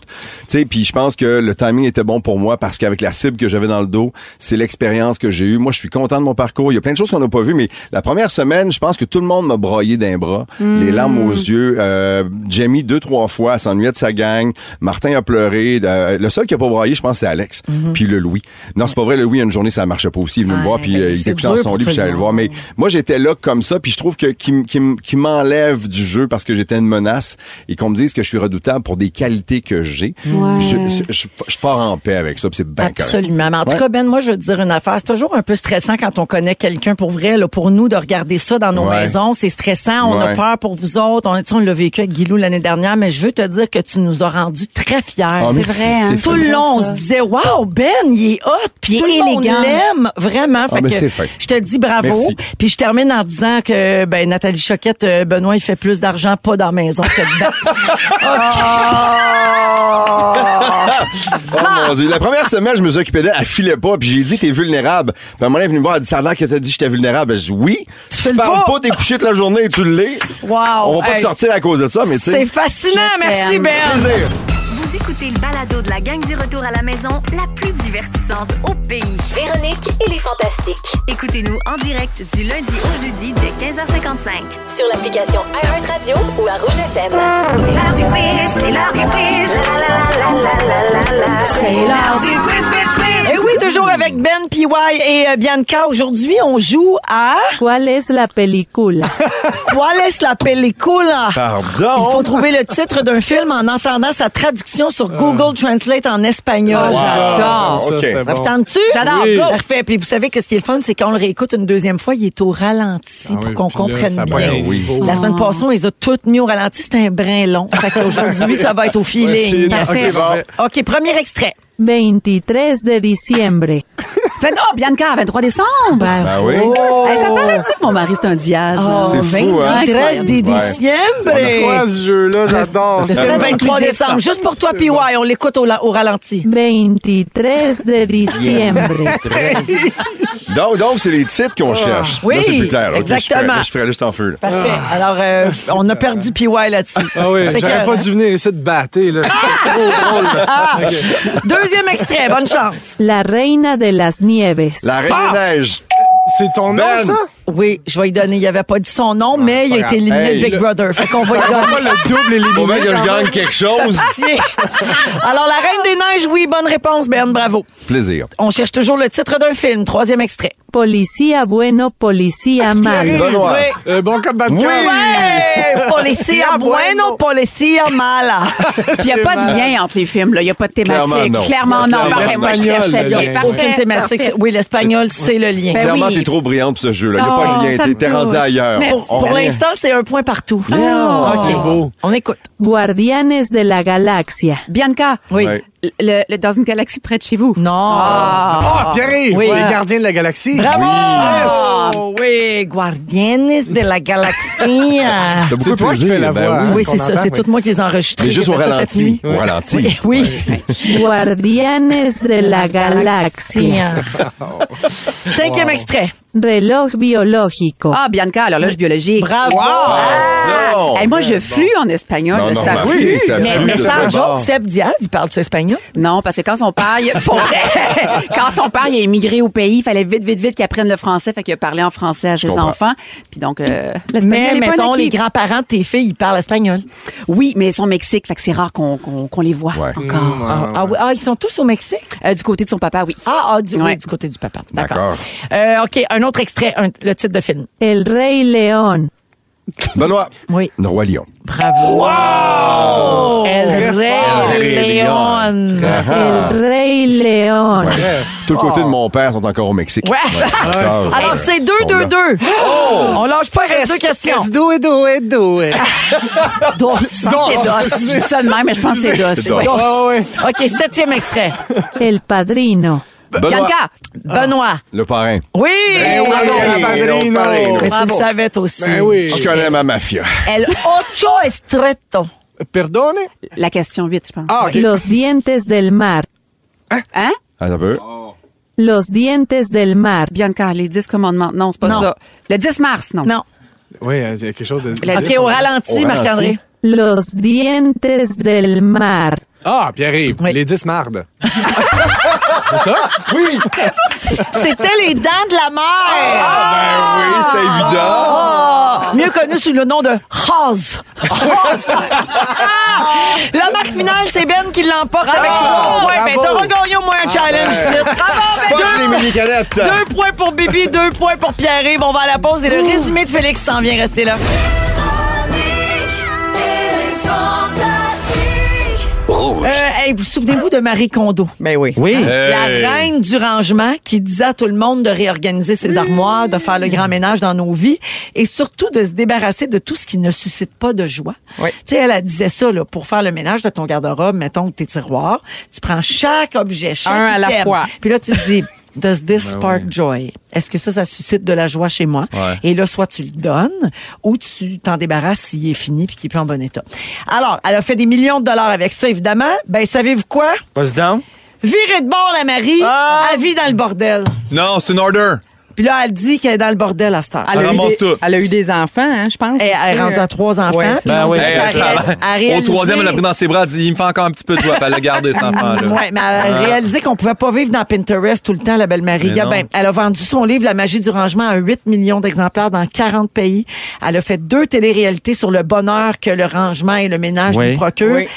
Speaker 6: Tu sais, puis je pense que le timing était bon pour moi parce qu'avec la cible que j'avais dans le dos, c'est l'expérience que j'ai eue. Moi, je suis content de mon parcours. Il y a plein de choses qu'on n'a pas vues, mais la première semaine, je pense que tout le monde m'a broyé d'un bras, les larmes aux yeux. Euh, Jamie deux trois fois elle s'ennuyait de sa gang. Martin a pleuré. Euh, le seul qui a pas broyé, je pense, c'est Alex, puis le Louis. Non, c'est pas vrai. Le Louis, une journée, ça marchait pas aussi. Il est venu me voir,
Speaker 2: Ouais,
Speaker 6: puis
Speaker 2: ben,
Speaker 6: euh, il
Speaker 2: c'est
Speaker 6: était couché dans
Speaker 2: dur
Speaker 6: son
Speaker 2: pour
Speaker 6: lit,
Speaker 2: tout
Speaker 6: puis j'allais
Speaker 2: le
Speaker 6: le voir.
Speaker 2: monde.
Speaker 6: Mais moi, j'étais là comme ça, puis je trouve que qui, m- qui, m- qui m'enlève du jeu parce que j'étais une menace et qu'on me dise que je suis redoutable pour des qualités que j'ai. Je, je, je- je pars en paix avec ça, puis c'est bien correct.
Speaker 2: Absolument. Mais en tout
Speaker 6: Ouais.
Speaker 2: cas, Ben, moi, je veux te dire une affaires. C'est toujours un peu stressant quand on connaît quelqu'un pour vrai. Là, pour nous, de regarder ça dans nos
Speaker 6: Ouais.
Speaker 2: maisons, c'est stressant. On a
Speaker 6: Ouais.
Speaker 2: peur pour vous autres. On, tu sais, on l'a vécu avec Guilou l'année dernière, mais je veux te dire que tu nous as rendus très fiers.
Speaker 6: Ah,
Speaker 8: C'est
Speaker 6: merci,
Speaker 8: vrai, hein.
Speaker 6: t'es
Speaker 2: Tout le
Speaker 8: C'est
Speaker 2: long, on
Speaker 8: vrai,
Speaker 2: se
Speaker 8: ça.
Speaker 2: disait, wow, Ben, il est hot, puis
Speaker 8: Puis
Speaker 2: tout le monde
Speaker 8: élégant.
Speaker 2: l'aime, vraiment. Fait
Speaker 6: ben,
Speaker 2: que
Speaker 6: c'est fin.
Speaker 2: je te dis bravo.
Speaker 6: Merci.
Speaker 2: Puis je termine en disant que ben Nathalie Choquette, euh, Benoît, il fait plus d'argent pas dans la maison que dedans.
Speaker 6: Oh,
Speaker 2: Ah!
Speaker 6: mon Dieu. La première semaine, je me suis occupé d'elle, elle filait pas, puis j'ai dit, t'es vulnérable. Puis à un moment donné, elle est venue me voir, elle dit, ça a l'air que t'as dit, que j'étais vulnérable. Ben, Je dis, oui.
Speaker 2: Tu
Speaker 6: Tu,
Speaker 2: files
Speaker 6: parles
Speaker 2: pas.
Speaker 6: pas, t'es couché toute la journée et tu l'es.
Speaker 2: Wow,
Speaker 6: On va pas
Speaker 2: hey.
Speaker 6: te sortir à cause de ça, Ah, mais tu
Speaker 2: C'est
Speaker 6: sais.
Speaker 2: fascinant,
Speaker 8: Je
Speaker 2: merci
Speaker 8: t'aime.
Speaker 2: Ben.
Speaker 6: plaisir.
Speaker 1: Vous écoutez le balado de la gang du retour à la maison, la plus divertissante au pays.
Speaker 9: Véronique et les Fantastiques.
Speaker 1: Écoutez-nous en direct du lundi au jeudi dès 15h55.
Speaker 9: Sur l'application iHeartRadio ou à Rouge FM.
Speaker 1: C'est l'heure du quiz, c'est l'heure du quiz. La la la la la la la. C'est l'heure du quiz, quiz, quiz.
Speaker 2: Et Eh oui, toujours avec Ben, PY et euh, Bianca. Aujourd'hui, on joue à
Speaker 9: Quelle est la pellicule?
Speaker 2: Quoi laisse la pellicula? Il faut
Speaker 6: Pardon.
Speaker 2: trouver le titre d'un film en entendant sa traduction sur Google Translate en espagnol.
Speaker 8: J'adore.
Speaker 6: Ah, OK.
Speaker 2: Ça vous tente-tu?
Speaker 8: J'adore, Ah, Oui. go.
Speaker 2: Parfait. Puis vous savez que ce qui est le fun, c'est qu'on le réécoute une deuxième fois, il est au ralenti pour qu'on comprenne bien.
Speaker 6: Ben oui.
Speaker 2: La semaine passée, on les a toutes mis au ralenti. C'était un brin long. Fait qu'aujourd'hui, ça va être au feeling.
Speaker 8: Parfait.
Speaker 2: OK, premier extrait.
Speaker 9: 23 de diciembre. Bah.
Speaker 8: Fait- oh, Bianca, 23 décembre.
Speaker 6: Ben oui.
Speaker 2: Oh!
Speaker 1: Eh,
Speaker 8: Hey, ça paraît-tu que mon mari, c'est un diaz?
Speaker 9: Oh.
Speaker 6: C'est
Speaker 8: hein?
Speaker 6: fou, hein?
Speaker 2: 23 Oh, des
Speaker 6: Ouais.
Speaker 2: décembre.
Speaker 10: ce jeu-là? J'adore.
Speaker 2: Le 23 Ah. décembre. Juste pour toi, PY, on l'écoute au, la- au ralenti.
Speaker 9: 23 de diciembre.
Speaker 6: Donc, donc, c'est les titres qu'on cherche.
Speaker 2: oui,
Speaker 6: Là, c'est plus clair. OK, je suis prêt.
Speaker 2: exactement.
Speaker 6: Là, je suis prêt, là, je suis en feu. là.
Speaker 2: Parfait. Alors, euh, on a perdu PY là-dessus.
Speaker 10: Ah oui,
Speaker 2: Fait
Speaker 10: j'aurais
Speaker 2: que-
Speaker 10: pas dû venir ici te battre, là.
Speaker 2: Ah! Deuxième extrait, bonne chance.
Speaker 9: La reina de las nieves.
Speaker 6: La Reine des Neiges.
Speaker 10: C'est ton nom,
Speaker 6: Ben.
Speaker 10: ça?
Speaker 2: Oui, je vais y donner. Il avait pas dit son nom, mais il a
Speaker 10: pas grave.
Speaker 2: été éliminé de
Speaker 6: Hey.
Speaker 2: Big Brother. Fait qu'on va y donner.
Speaker 10: Pas le double éliminé.
Speaker 6: Au moins que je
Speaker 10: quand même.
Speaker 6: gagne quelque chose.
Speaker 2: Tiens. Alors, La Reine des Neiges, oui, bonne réponse, Ben, bravo.
Speaker 6: Plaisir.
Speaker 2: On cherche toujours le titre d'un film. Troisième extrait.
Speaker 9: Policía bueno, policía mal.
Speaker 6: Benoît.
Speaker 2: Oui.
Speaker 10: Euh, bon cap de
Speaker 6: Oui.
Speaker 2: Hey, Policia bueno, policia mala.
Speaker 8: Puis il n'y a pas de lien entre les films, là. Il n'y a pas de
Speaker 6: Clairement,
Speaker 8: thématique.
Speaker 6: non.
Speaker 8: Clairement, non.
Speaker 6: Clairement,
Speaker 8: Parfait, Eh, moi, je
Speaker 10: l'espagnol,
Speaker 8: cherchais
Speaker 10: le
Speaker 8: bien.
Speaker 10: lien.
Speaker 8: Parfait,
Speaker 2: Aucune thématique.
Speaker 8: parfait.
Speaker 2: Oui, l'espagnol, c'est le lien.
Speaker 8: Ben
Speaker 6: Clairement,
Speaker 8: oui.
Speaker 6: t'es trop brillante pour ce jeu-là. Il n'y a
Speaker 8: Oh,
Speaker 6: pas de
Speaker 8: ça
Speaker 6: lien.
Speaker 8: me
Speaker 6: T'es- T'es rendu
Speaker 8: touche.
Speaker 6: ailleurs.
Speaker 8: Merci.
Speaker 2: Pour,
Speaker 6: On
Speaker 2: pour
Speaker 6: revient.
Speaker 2: l'instant, c'est un point partout.
Speaker 8: Ah.
Speaker 10: C'est beau.
Speaker 2: On écoute.
Speaker 9: Guardianes de la galaxia.
Speaker 8: Bianca,
Speaker 2: Oui.
Speaker 6: Ouais.
Speaker 8: le, le- dans une galaxie près de chez vous.
Speaker 2: Non.
Speaker 10: Ah, Pierre,
Speaker 2: Oui.
Speaker 10: les gardiens de la galaxie.
Speaker 2: Bravo! Oui, Guardianes de la Galaxia.
Speaker 6: T'as beaucoup
Speaker 10: C'est
Speaker 6: de
Speaker 10: toi qui
Speaker 6: plaisir,
Speaker 10: fais la
Speaker 6: ben
Speaker 10: voix.
Speaker 6: oui.
Speaker 10: hein,
Speaker 2: Oui,
Speaker 10: qu'on
Speaker 2: c'est ça.
Speaker 10: entend,
Speaker 2: C'est
Speaker 10: oui.
Speaker 2: tout moi qui les ai enregistrés.
Speaker 6: Mais juste au
Speaker 2: J'ai fait ça cette nuit.
Speaker 6: ralenti. Au ralenti.
Speaker 2: Oui.
Speaker 9: Guardianes de la galaxia.
Speaker 2: Cinquième extrait.
Speaker 9: Reloj biológico.
Speaker 8: Ah, Bianca, l'horloge biologique.
Speaker 2: Bravo.
Speaker 6: Pardon.
Speaker 8: Hey, moi, je flue en espagnol.
Speaker 6: Ah! Non,
Speaker 8: là,
Speaker 6: non,
Speaker 8: ça
Speaker 6: ma
Speaker 8: flue.
Speaker 6: fille, ça
Speaker 8: mais,
Speaker 6: flue
Speaker 8: mais
Speaker 6: de
Speaker 8: sans
Speaker 6: bon
Speaker 8: joke.
Speaker 6: bord.
Speaker 2: Seb Diaz, il parle-tu espagnol?
Speaker 8: Non, parce que quand son père, il- pour vrai, quand son père il a émigré au pays, il fallait vite, vite, vite qu'il apprenne le français, fait qu'il a parlé en français à ses
Speaker 6: comprends.
Speaker 8: enfants. Puis donc, euh,
Speaker 2: Mais
Speaker 8: l'espagnol est pas un
Speaker 2: mettons,
Speaker 8: acquis.
Speaker 2: les grands-parents de tes filles, ils parlent espagnol.
Speaker 8: Oui, mais ils sont au Mexique, fait que c'est rare qu'on qu'on- qu'on les voit
Speaker 6: Ouais.
Speaker 8: encore.
Speaker 2: Ah, ah oui. Ah, ils sont tous au Mexique?
Speaker 8: Euh, du côté de son papa, oui.
Speaker 2: Ah, ah, du, oui,
Speaker 8: Ouais.
Speaker 2: du côté du papa. D'accord.
Speaker 6: D'accord.
Speaker 2: Euh, OK, un autre extrait, un- le titre de film.
Speaker 9: El Rey León.
Speaker 6: Benoît.
Speaker 2: Oui.
Speaker 6: Le Roi Lion.
Speaker 2: Bravo. Wow! El
Speaker 6: fort.
Speaker 2: Rey León.
Speaker 6: Ah, ah.
Speaker 9: El Rey León.
Speaker 6: Tout le côté de mon père sont encore au Mexique.
Speaker 2: Ouais.
Speaker 6: Encore,
Speaker 2: Alors,
Speaker 6: euh,
Speaker 2: c'est
Speaker 6: sont là.
Speaker 2: 2-2-2. On lâche pas, il reste deux questions.
Speaker 10: Let's do it, do it, do it.
Speaker 8: Dos. Je pense que c'est dos. Je dis ça de même, mais je pense que c'est
Speaker 6: C'est
Speaker 8: dos.
Speaker 6: dos.
Speaker 8: Ouais.
Speaker 10: Ah ouais.
Speaker 2: OK, septième extrait.
Speaker 9: El Padrino.
Speaker 6: Benoît.
Speaker 8: Bianca, Ah
Speaker 2: Benoît.
Speaker 6: Le parrain.
Speaker 2: Oui!
Speaker 6: Eh oui,
Speaker 10: oui,
Speaker 6: Padrino.
Speaker 10: Padrino.
Speaker 2: Mais tu
Speaker 8: Bravo.
Speaker 2: le savais toi aussi.
Speaker 10: Ben oui.
Speaker 6: Je connais ma mafia.
Speaker 2: El ocho estreto.
Speaker 10: Perdone?
Speaker 8: la question 8, je pense.
Speaker 10: Ah, OK.
Speaker 9: Los dientes del mar.
Speaker 8: Hein?
Speaker 6: Attends un peu.
Speaker 9: Los dientes del mar.
Speaker 8: Bianca, les 10 commandements. Non, c'est pas ça. Le 10 mars, non.
Speaker 2: Non.
Speaker 10: Oui, il y a quelque chose de...
Speaker 8: La-
Speaker 2: OK, au ralenti,
Speaker 6: Au
Speaker 2: Marc-André.
Speaker 9: Los dientes del mar.
Speaker 10: Ah, Pierre,
Speaker 2: Oui.
Speaker 10: les 10 mardes.
Speaker 2: C'était les dents de la mer.
Speaker 6: Ben oui, c'était
Speaker 11: Ah.
Speaker 6: évident.
Speaker 2: Mieux connu sous le nom de Haas. la marque finale, c'est Ben qui l'emporte avec trois points. Ben,
Speaker 10: bravo.
Speaker 2: t'auras gagné au moins un challenge. ici. Bravo, Ben!
Speaker 6: Ah. Fuck les mini-canettes.
Speaker 2: Deux points pour Bibi, deux points pour Pierre-Yves. On va à la pause et le résumé de Félix s'en vient. Restez là.
Speaker 1: Véronique et les Fantastiques.
Speaker 2: Rouge. Euh, vous souvenez-vous de Marie Kondo? Ben oui.
Speaker 11: Oui. Hey.
Speaker 2: La reine du rangement qui disait à tout le monde de réorganiser ses armoires, de faire le grand
Speaker 8: Mmh!
Speaker 2: ménage dans nos vies et surtout de se débarrasser de tout ce qui ne suscite pas de joie. Tu sais, elle, elle disait ça, là, pour faire le ménage de ton garde-robe, mettons tes tiroirs, tu prends chaque objet, chaque
Speaker 8: Un à la
Speaker 2: item.
Speaker 8: fois.
Speaker 2: Puis là, tu te dis, does this
Speaker 8: Ben
Speaker 2: spark
Speaker 8: oui.
Speaker 2: joy? Est-ce que ça, ça suscite de la joie chez moi?
Speaker 8: Ouais.
Speaker 2: Et là, soit tu le donnes ou tu t'en débarrasses s'il est fini puis qu'il est plus en bon état. Alors, elle a fait des millions de dollars avec ça, évidemment. Ben, savez-vous quoi?
Speaker 11: Vas-y donc.
Speaker 2: Virer de bord, la Marie, elle vit dans le bordel.
Speaker 11: Non, c'est une order.
Speaker 2: Puis là, elle dit qu'elle est dans le bordel à cette heure.
Speaker 11: Elle Elle a eu ramasse des- tout.
Speaker 8: elle a eu des enfants, hein, je pense.
Speaker 2: Elle, elle est rendue à trois enfants.
Speaker 11: Ouais,
Speaker 2: puis
Speaker 11: ben
Speaker 2: on
Speaker 11: oui.
Speaker 2: dit
Speaker 11: Hey,
Speaker 2: qu'elle
Speaker 11: ça
Speaker 2: ré-
Speaker 11: va.
Speaker 2: elle
Speaker 11: Au troisième, elle l'a pris dans ses bras. Elle dit, il me fait encore un petit peu de joie. Puis Elle l'a gardé, cet enfant-là.
Speaker 2: Oui, mais elle a
Speaker 11: Ah.
Speaker 2: réalisé qu'on pouvait pas vivre dans Pinterest tout le temps, la belle Marie.
Speaker 11: Mais non.
Speaker 2: Gabin. elle a vendu son livre La magie du rangement à 8 millions d'exemplaires dans 40 pays. Elle a fait deux téléréalités sur le bonheur que le rangement et le ménage
Speaker 3: Oui.
Speaker 2: nous procurent.
Speaker 3: Oui.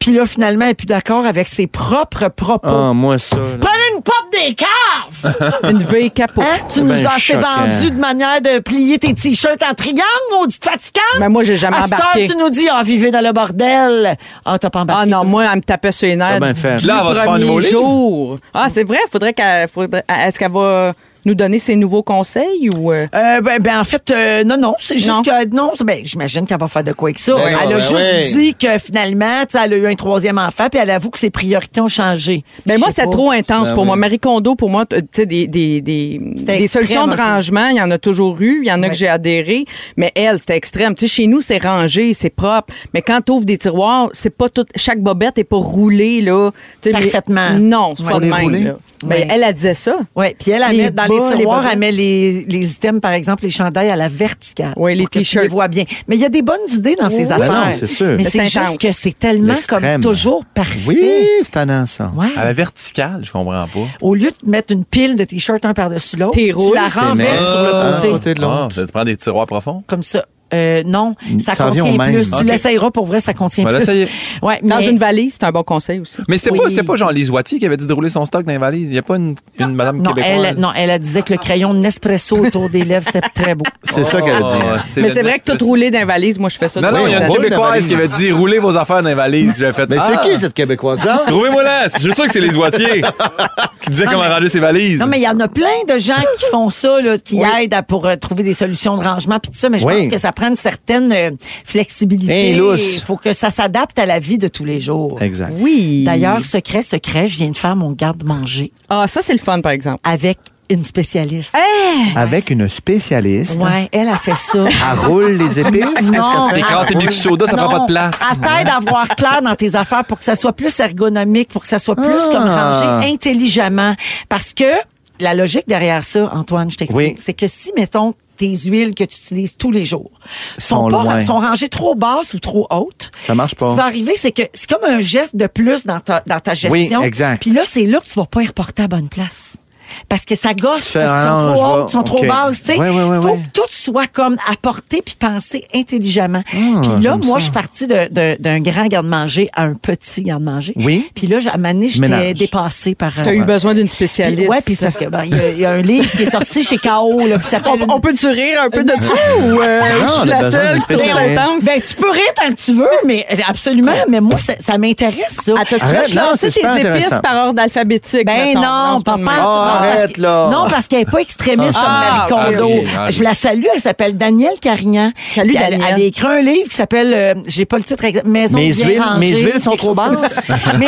Speaker 2: Puis là, finalement, elle est plus d'accord avec ses propres propos.
Speaker 11: Oh,
Speaker 3: Ah, moi, ça. là.
Speaker 2: Prenez une pop des caves!
Speaker 8: Une veille capot.
Speaker 2: Hein? Tu
Speaker 3: C'est
Speaker 2: nous
Speaker 3: ben
Speaker 2: as fait
Speaker 3: choquant.
Speaker 2: vendu de manière de plier tes t-shirts en triangle, maudite fatigante!
Speaker 8: Mais Ben, moi, j'ai jamais
Speaker 2: À cette heure,
Speaker 8: embarqué.
Speaker 2: tu nous dis, ah, vivez dans le bordel. Ah, t'as pas embarqué. Ah, non,
Speaker 8: moi, elle me tapait sur les Du
Speaker 2: nerfs.
Speaker 11: Là, elle va te faire un
Speaker 8: premier
Speaker 11: nouveau livre?
Speaker 8: jour. Ah, c'est vrai, faudrait qu'elle. faudrait- Est-ce qu'elle va nous donner ses nouveaux conseils ou. euh?
Speaker 2: Euh, ben, ben, en fait, euh, non, non, c'est juste
Speaker 8: Non.
Speaker 2: que non, c'est- ben, j'imagine qu'elle va faire de quoi avec ça.
Speaker 8: Ben
Speaker 2: elle
Speaker 8: non,
Speaker 2: a
Speaker 8: ben oui.
Speaker 2: juste dit que finalement, tu sais, elle a eu un troisième enfant, puis elle avoue que ses priorités ont changé.
Speaker 8: Ben moi,
Speaker 2: Je sais
Speaker 8: c'est
Speaker 2: pas.
Speaker 8: trop intense
Speaker 2: Ben
Speaker 8: pour
Speaker 2: oui.
Speaker 8: moi. Marie Kondo, pour moi, t- tu sais, des, des, des,
Speaker 2: C'était
Speaker 8: des
Speaker 2: extrême
Speaker 8: solutions de
Speaker 2: un peu.
Speaker 8: rangement, il y en a toujours eu, il y en a
Speaker 2: Ouais.
Speaker 8: que j'ai adhéré, mais elle, c'était extrême. Tu sais, chez nous, c'est rangé, c'est propre, mais quand tu ouvres des tiroirs, c'est pas tout, chaque bobette est pas roulée, là. Tu sais, mais-
Speaker 2: Parfaitement.
Speaker 8: Non, c'est
Speaker 2: Ouais.
Speaker 8: pas de même,
Speaker 2: Déroulée.
Speaker 8: là. Mais
Speaker 2: Ouais.
Speaker 8: elle, elle disait ça.
Speaker 2: Oui, puis elle, elle met dans les tiroirs, elle met les, les items, par exemple, les chandails à la verticale. Oui, les t-shirts. les vois bien. Mais il y a des bonnes idées dans ces
Speaker 12: Ben
Speaker 2: affaires.
Speaker 12: non, c'est sûr.
Speaker 2: Mais
Speaker 12: C'est
Speaker 2: c'est
Speaker 12: intense.
Speaker 2: juste que c'est tellement comme
Speaker 12: L'extrême.
Speaker 2: toujours parfait.
Speaker 12: Oui, c'est un ensemble.
Speaker 2: Ouais.
Speaker 12: À la verticale, je comprends pas.
Speaker 2: Au lieu de mettre une pile de t-shirts un par-dessus l'autre,
Speaker 8: T'es
Speaker 2: tu
Speaker 8: roule.
Speaker 2: la renverses sur
Speaker 12: Ah,
Speaker 2: le côté.
Speaker 12: côté de l'autre. Ah, ça te prend des tiroirs profonds?
Speaker 2: Comme ça. Euh, non, ça,
Speaker 12: Mm, Ça revient
Speaker 2: contient
Speaker 12: au même.
Speaker 2: plus.
Speaker 12: Ok.
Speaker 2: Tu l'essayeras pour vrai, ça contient
Speaker 12: Je vais
Speaker 2: plus.
Speaker 12: l'essayer.
Speaker 2: Ouais,
Speaker 8: Dans
Speaker 2: mais-
Speaker 8: une valise, c'est un bon conseil aussi.
Speaker 12: Mais c'était pas,
Speaker 2: Oui.
Speaker 12: c'était pas Jean-Lise Wattier qui avait dit de rouler son stock dans les valises. Il n'y a pas une, une madame
Speaker 2: Non
Speaker 12: québécoise.
Speaker 2: elle, non, elle a disait que le crayon Nespresso autour des lèvres, c'était très beau.
Speaker 12: C'est ça qu'elle a dit.
Speaker 11: Oh,
Speaker 12: Ah, c'est
Speaker 8: Mais
Speaker 12: le
Speaker 8: c'est vrai que tout roulé dans les valises, moi, je fais ça.
Speaker 12: Non,
Speaker 8: tout
Speaker 12: non,
Speaker 8: le
Speaker 12: il y a une
Speaker 8: temps.
Speaker 12: Québécoise qui avait dit roulez vos affaires dans les valises. Puis j'ai fait,
Speaker 11: Mais c'est
Speaker 12: ah.
Speaker 11: qui, cette
Speaker 12: Québécoise-là? Trouvez-moi là. Je suis sûr que c'est les Wattier qui disaient
Speaker 2: Non,
Speaker 12: comment
Speaker 2: mais-
Speaker 12: ranger ses valises.
Speaker 2: Non, mais il y en a plein de gens qui font ça, là, qui aident à- pour euh, trouver des solutions de rangement puis tout ça, mais je
Speaker 12: Oui.
Speaker 2: pense que ça prend une certaine euh, flexibilité.
Speaker 12: Hein, lousse.
Speaker 2: Il faut que ça s'adapte à la vie de tous les jours.
Speaker 12: Exact.
Speaker 2: Oui. D'ailleurs, secret, secret, je viens de faire mon garde-manger.
Speaker 8: Ah, ça, c'est le fun, par exemple.
Speaker 2: Avec une spécialiste.
Speaker 12: Avec une spécialiste.
Speaker 2: Ouais, elle a fait ça.
Speaker 12: Elle roule les épices? Qu'est-ce qu'elle
Speaker 2: Non.
Speaker 12: fait? T'écrases tes biscuits soda, ça prend pas de place.
Speaker 2: Elle t'aide à voir clair dans tes affaires pour que ça soit plus ergonomique, pour que ça soit plus
Speaker 12: Ah.
Speaker 2: comme rangé intelligemment. Parce que la logique derrière ça, Antoine, je t'explique, c'est que si, mettons, tes huiles que tu utilises tous les jours sont,
Speaker 12: Sont
Speaker 2: pas-
Speaker 12: loin.
Speaker 2: sont rangées trop basses ou trop hautes,
Speaker 12: Ça marche
Speaker 2: ce qui va arriver, c'est que c'est comme un geste de plus dans ta, dans ta gestion.
Speaker 12: Oui, exact.
Speaker 2: Puis là, c'est là que tu vas pas y reporter à bonne place. Parce que ça gosse,
Speaker 12: fais,
Speaker 2: parce qu'ils sont
Speaker 12: ah non,
Speaker 2: trop
Speaker 12: je vois,
Speaker 2: hautes, ils sont trop
Speaker 12: ok.
Speaker 2: basses, tu sais.
Speaker 12: Ouais, ouais, ouais,
Speaker 2: Faut
Speaker 12: ouais.
Speaker 2: que tout soit comme apporté puis pensé intelligemment. puis là,
Speaker 12: Ah, j'aime
Speaker 2: moi,
Speaker 12: ça.
Speaker 2: je suis partie de- de- d'un grand garde-manger à un petit garde-manger.
Speaker 12: Oui.
Speaker 2: Puis là, j'ai- à un moment donné, j'étais
Speaker 12: Ménage.
Speaker 2: dépassée par... euh,
Speaker 8: T'as eu besoin d'une spécialiste.
Speaker 2: Puis- ouais, puis c'est parce que ben, il y a- il y, a un livre qui est sorti chez KO là, qui s'appelle. On,
Speaker 8: peut tu rire un peu de
Speaker 2: ça
Speaker 8: ou, euh, Non, je suis on a la besoin seule d'une qui trouve ça spécialiste. intense?
Speaker 2: Ben tu peux rire tant que tu veux, mais euh, absolument. Mais moi ça, ça m'intéresse ça.
Speaker 8: Tu vas chasser tes épices par ordre alphabétique.
Speaker 2: Ben
Speaker 8: mettons,
Speaker 2: non,
Speaker 8: en ce
Speaker 2: papa.
Speaker 8: moment.
Speaker 2: non, parce que- Non, parce qu'elle n'est pas extrémiste
Speaker 8: Ah,
Speaker 2: comme Marie Kondo.
Speaker 8: ok, ok.
Speaker 2: Je la salue, elle s'appelle Danielle Carignan. Puis elle-
Speaker 8: Danielle.
Speaker 2: Elle, a écrit un livre qui s'appelle, euh, j'ai pas le titre exact, Maison
Speaker 12: Mes
Speaker 2: bien
Speaker 12: huiles-
Speaker 2: rangée,
Speaker 12: mes huiles sont
Speaker 2: quelque
Speaker 12: trop
Speaker 2: chose comme
Speaker 12: basses.
Speaker 2: ça. Mes-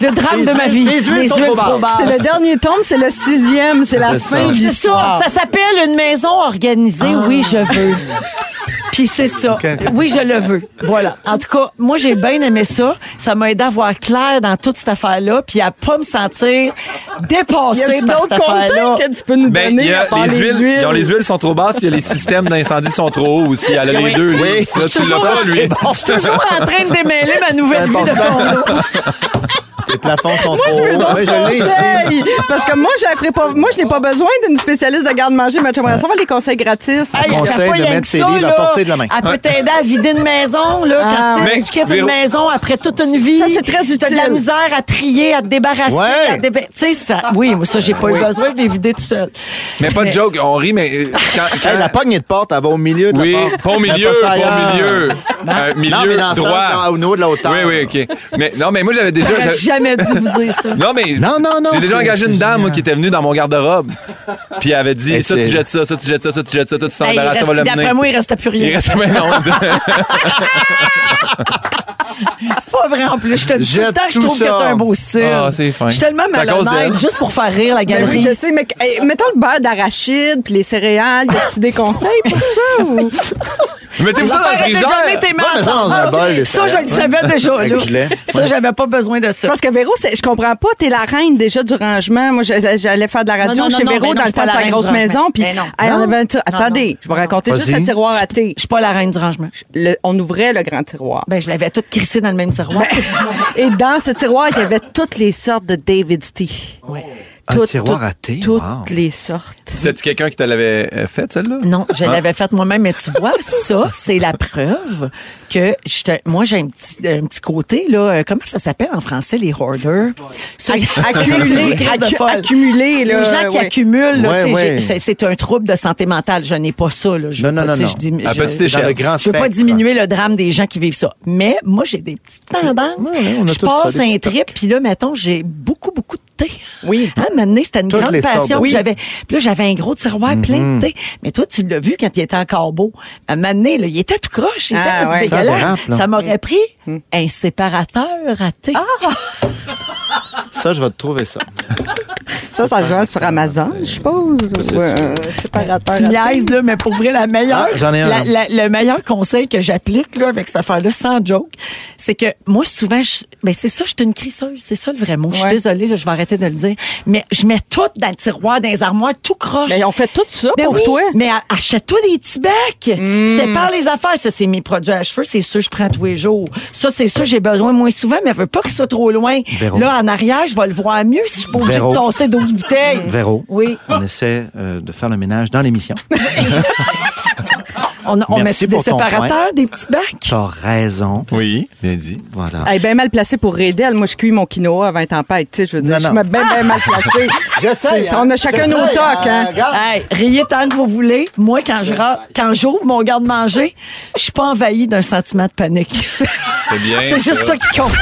Speaker 2: le drame
Speaker 8: Mes
Speaker 2: de ma
Speaker 8: huiles-
Speaker 2: vie.
Speaker 8: mes huiles sont trop basses. C'est le dernier tome, c'est le sixième, c'est la
Speaker 2: C'est
Speaker 8: fin de
Speaker 2: ça.
Speaker 8: l'histoire.
Speaker 2: Ça s'appelle une maison organisée, oui, je veux. Puis c'est ça. Oui, je le veux. Voilà. En tout cas, moi, j'ai bien aimé ça. Ça m'a aidé à voir clair dans toute cette affaire-là, puis à pas me sentir
Speaker 8: Y
Speaker 2: dépassée
Speaker 8: a-tu
Speaker 2: par cette
Speaker 8: d'autres
Speaker 2: affaire-là.
Speaker 8: conseils que tu peux nous
Speaker 12: Ben, il
Speaker 8: donner
Speaker 12: y
Speaker 8: à
Speaker 12: a
Speaker 8: part
Speaker 12: les, huiles,
Speaker 8: huiles?
Speaker 12: ils ont- les huiles sont trop basses, puis il y a les systèmes d'incendie sont trop hauts aussi. Elle a les
Speaker 2: Oui.
Speaker 12: deux, lui.
Speaker 2: Oui.
Speaker 12: Ça,
Speaker 2: Je suis
Speaker 12: tu l'as
Speaker 2: toujours-
Speaker 12: pas, lui.
Speaker 2: Je suis toujours en train de démêler ma nouvelle vie de condo.
Speaker 13: Les plafonds sont
Speaker 8: Moi, je
Speaker 13: trop
Speaker 8: veux
Speaker 13: hauts.
Speaker 8: d'autres
Speaker 13: Oui, je l'ai
Speaker 8: conseils.
Speaker 13: ici.
Speaker 8: Parce que moi, je la ferai pas, moi, je n'ai pas besoin d'une spécialiste de garde-manger, mais j'aimerais savoir les conseils gratis.
Speaker 13: Hey, Conseil elle fait pas de rien mettre que ses ça, livres à là. portée de la main.
Speaker 2: Elle peut t'aider à vider une maison, là,
Speaker 8: Ah.
Speaker 2: quand tu sais,
Speaker 8: Mais,
Speaker 2: tu quittes une
Speaker 8: Véro-
Speaker 2: maison après toute une vie. Ça, c'est
Speaker 8: très
Speaker 2: T'as de la
Speaker 8: utile.
Speaker 2: misère à trier, à te débarrasser.
Speaker 11: Ouais.
Speaker 2: à te déba- Tu sais, ça. Oui, moi, ça, j'ai pas eu besoin, je l'ai vidé tout seul.
Speaker 11: Mais pas de joke, on rit, mais euh, quand.
Speaker 8: Ah.
Speaker 11: quand-
Speaker 13: Hey, la poignée de porte, elle va au milieu de
Speaker 11: Oui,
Speaker 13: la porte.
Speaker 11: pas au
Speaker 13: Elle
Speaker 11: milieu,
Speaker 13: passe
Speaker 11: pas
Speaker 13: ailleurs.
Speaker 11: au milieu.
Speaker 13: Non.
Speaker 11: Euh, milieu
Speaker 13: non, mais dans le
Speaker 11: droit.
Speaker 13: centre, au niveau de la hauteur.
Speaker 11: Oui, oui, OK. Mais, non, mais moi, j'avais déjà.
Speaker 2: J'aurais
Speaker 11: j'avais-
Speaker 2: jamais dû vous dire ça.
Speaker 11: Non, mais.
Speaker 13: Non, non, non,
Speaker 11: J'ai déjà
Speaker 13: c'est-
Speaker 11: engagé
Speaker 13: c'est
Speaker 11: une dame,
Speaker 13: génial.
Speaker 11: moi, qui était venue dans mon garde-robe. Puis elle avait dit
Speaker 13: Et
Speaker 11: ça, tu
Speaker 13: c'est-
Speaker 11: jettes ça, ça, tu jettes ça, ça, tu jettes ça, toi, tu
Speaker 2: Hey, il
Speaker 11: t'embarrasses, ça va
Speaker 2: reste-
Speaker 11: le
Speaker 2: D'après moi, il restait plus rien.
Speaker 11: Il reste même
Speaker 2: C'est pas vrai en plus. Je te dis tout le
Speaker 11: Jette
Speaker 2: temps que je
Speaker 11: tout
Speaker 2: trouve que
Speaker 11: ça.
Speaker 2: t'as un beau style.
Speaker 11: Ah, c'est fin.
Speaker 2: Je suis tellement
Speaker 11: C'est à cause
Speaker 2: malhonnête,
Speaker 11: d'elle.
Speaker 2: juste pour faire rire la
Speaker 8: Ben oui,
Speaker 2: galerie.
Speaker 8: je sais, mais hey, mettons le beurre d'arachide puis les céréales, y a-tu des conseils pour ça ou?
Speaker 11: Mettez-vous ça dans le frigidaire.
Speaker 13: Ouais, mais ça dans un bol, les
Speaker 2: Ça, je le
Speaker 13: céréales.
Speaker 2: savais déjà.
Speaker 13: Avec
Speaker 2: là.
Speaker 13: gilet.
Speaker 2: Ça, j'avais pas besoin de ça.
Speaker 8: Parce que Véro, c'est- je comprends pas, t'es la reine déjà du rangement. Moi, je- j'allais faire de la radio
Speaker 2: Non, non, non,
Speaker 8: chez
Speaker 2: non,
Speaker 8: Véro
Speaker 2: ben non,
Speaker 8: dans le
Speaker 2: je suis pas
Speaker 8: temps de
Speaker 2: la
Speaker 8: sa
Speaker 2: reine
Speaker 8: grosse
Speaker 2: du rangement.
Speaker 8: maison. Puis,
Speaker 2: Ben non.
Speaker 8: Hey, on avait un tir-
Speaker 2: Non, non.
Speaker 8: Attendez, je vais raconter juste
Speaker 2: Vas-y.
Speaker 8: le tiroir à thé.
Speaker 2: Je suis pas la reine du rangement.
Speaker 8: Le- on ouvrait le grand tiroir.
Speaker 2: Ben, je l'avais tout crissé dans le même tiroir.
Speaker 8: Et dans ce tiroir, il y avait toutes les sortes de David's Tea.
Speaker 11: Un tiroir à thé,
Speaker 8: Toutes
Speaker 11: wow.
Speaker 8: les sortes.
Speaker 11: C'est-tu quelqu'un qui te l'avait euh, faite, celle-là?
Speaker 2: Non, je
Speaker 11: Hein?
Speaker 2: l'avais faite moi-même, mais tu vois, ça, c'est la preuve que je te- moi, j'ai un petit, un petit côté, là, euh, comment ça s'appelle en français, les hoarders?
Speaker 8: Accumulé, accu- accumulé, là,
Speaker 2: Les gens qui
Speaker 8: ouais.
Speaker 2: accumulent, là,
Speaker 13: Ouais,
Speaker 2: tu sais,
Speaker 13: ouais.
Speaker 2: j'ai- c'est- c'est un trouble de santé mentale. Je n'ai pas ça, là. Je veux
Speaker 13: Non, non,
Speaker 2: pas-
Speaker 13: non,
Speaker 2: tu sais,
Speaker 13: non.
Speaker 2: je dis-
Speaker 13: À
Speaker 2: je-
Speaker 13: petite échelle. Dans le grand
Speaker 2: Je veux pas
Speaker 13: spectre.
Speaker 2: diminuer le drame des gens qui vivent ça. Mais moi, j'ai des petites tendances.
Speaker 13: on a
Speaker 2: je
Speaker 13: tous ça,
Speaker 2: passe
Speaker 13: des
Speaker 2: un
Speaker 13: petits
Speaker 2: trip, puis là, mettons, j'ai beaucoup, beaucoup de thé. Oui. À un moment donné, c'était une
Speaker 13: Toutes
Speaker 2: grande
Speaker 13: les sortes de
Speaker 2: passion.
Speaker 13: thé.
Speaker 2: que j'avais. Puis là, j'avais un gros tiroir plein de thé. Mais toi, tu l'as vu quand il était encore beau. À un moment donné, là, il était tout croche. Il était
Speaker 8: Ah, ouais.
Speaker 2: dégueulasse.
Speaker 13: Ça dérape, là.
Speaker 2: Ça Mm. m'aurait pris un séparateur à thé.
Speaker 13: Ça, je vais te trouver ça.
Speaker 8: Ça, ça se vend sur Amazon, je suppose.
Speaker 13: c'est sûr.
Speaker 8: ou, euh, séparateur.
Speaker 2: Tu niaises, là, mais pour vrai, la meilleure,
Speaker 13: Ah, j'en ai un,
Speaker 2: la-
Speaker 13: hein.
Speaker 2: la- le meilleur conseil que j'applique là, avec cette affaire-là, sans joke, c'est que moi, souvent, je, ben, c'est ça, je suis une crisseuse. C'est ça le vrai mot. Je suis
Speaker 8: Ouais.
Speaker 2: désolée, là, je vais arrêter de le dire. Mais je mets tout dans le tiroir, dans les armoires, tout croche.
Speaker 8: Mais on fait tout ça
Speaker 2: Ben
Speaker 8: pour
Speaker 2: oui,
Speaker 8: toi. Hmm.
Speaker 2: Mais a- achète-toi des petits bacs. Sépare les affaires. Ça, c'est mes produits à cheveux. C'est ceux que je prends tous les jours. Ça, c'est ceux que j'ai besoin moins souvent, mais je veux pas qu'ils soient trop loin.
Speaker 13: Véro.
Speaker 2: Là, en arrière, je vais le voir mieux si je suis pas obligée de
Speaker 13: Véro.
Speaker 2: tasser 12 bouteilles.
Speaker 13: Véro,
Speaker 2: Oui.
Speaker 13: on essaie euh, de faire le ménage dans l'émission.
Speaker 2: On, on met
Speaker 13: Merci
Speaker 2: des
Speaker 13: pour ton
Speaker 2: séparateurs,
Speaker 13: point.
Speaker 2: des petits bacs.
Speaker 13: T'as raison.
Speaker 11: Oui, bien dit.
Speaker 13: Voilà.
Speaker 8: Elle est bien mal placée pour Redel. Moi, je cuis mon quinoa avant tempête. Tu sais, je veux dire,
Speaker 13: Non, non.
Speaker 8: je suis bien, bien mal placée.
Speaker 13: J'essaie,
Speaker 8: C'est- On a
Speaker 13: hein.
Speaker 8: chacun nos
Speaker 13: J'essaie,
Speaker 8: tocs,
Speaker 13: hein,
Speaker 8: hein.
Speaker 13: regarde.
Speaker 2: Hey, riez tant que vous voulez. Moi, quand je ra- quand j'ouvre mon garde-manger, je suis pas envahie d'un sentiment de panique.
Speaker 12: C'est bien,
Speaker 2: C'est juste ça
Speaker 12: ça.
Speaker 2: qui compte.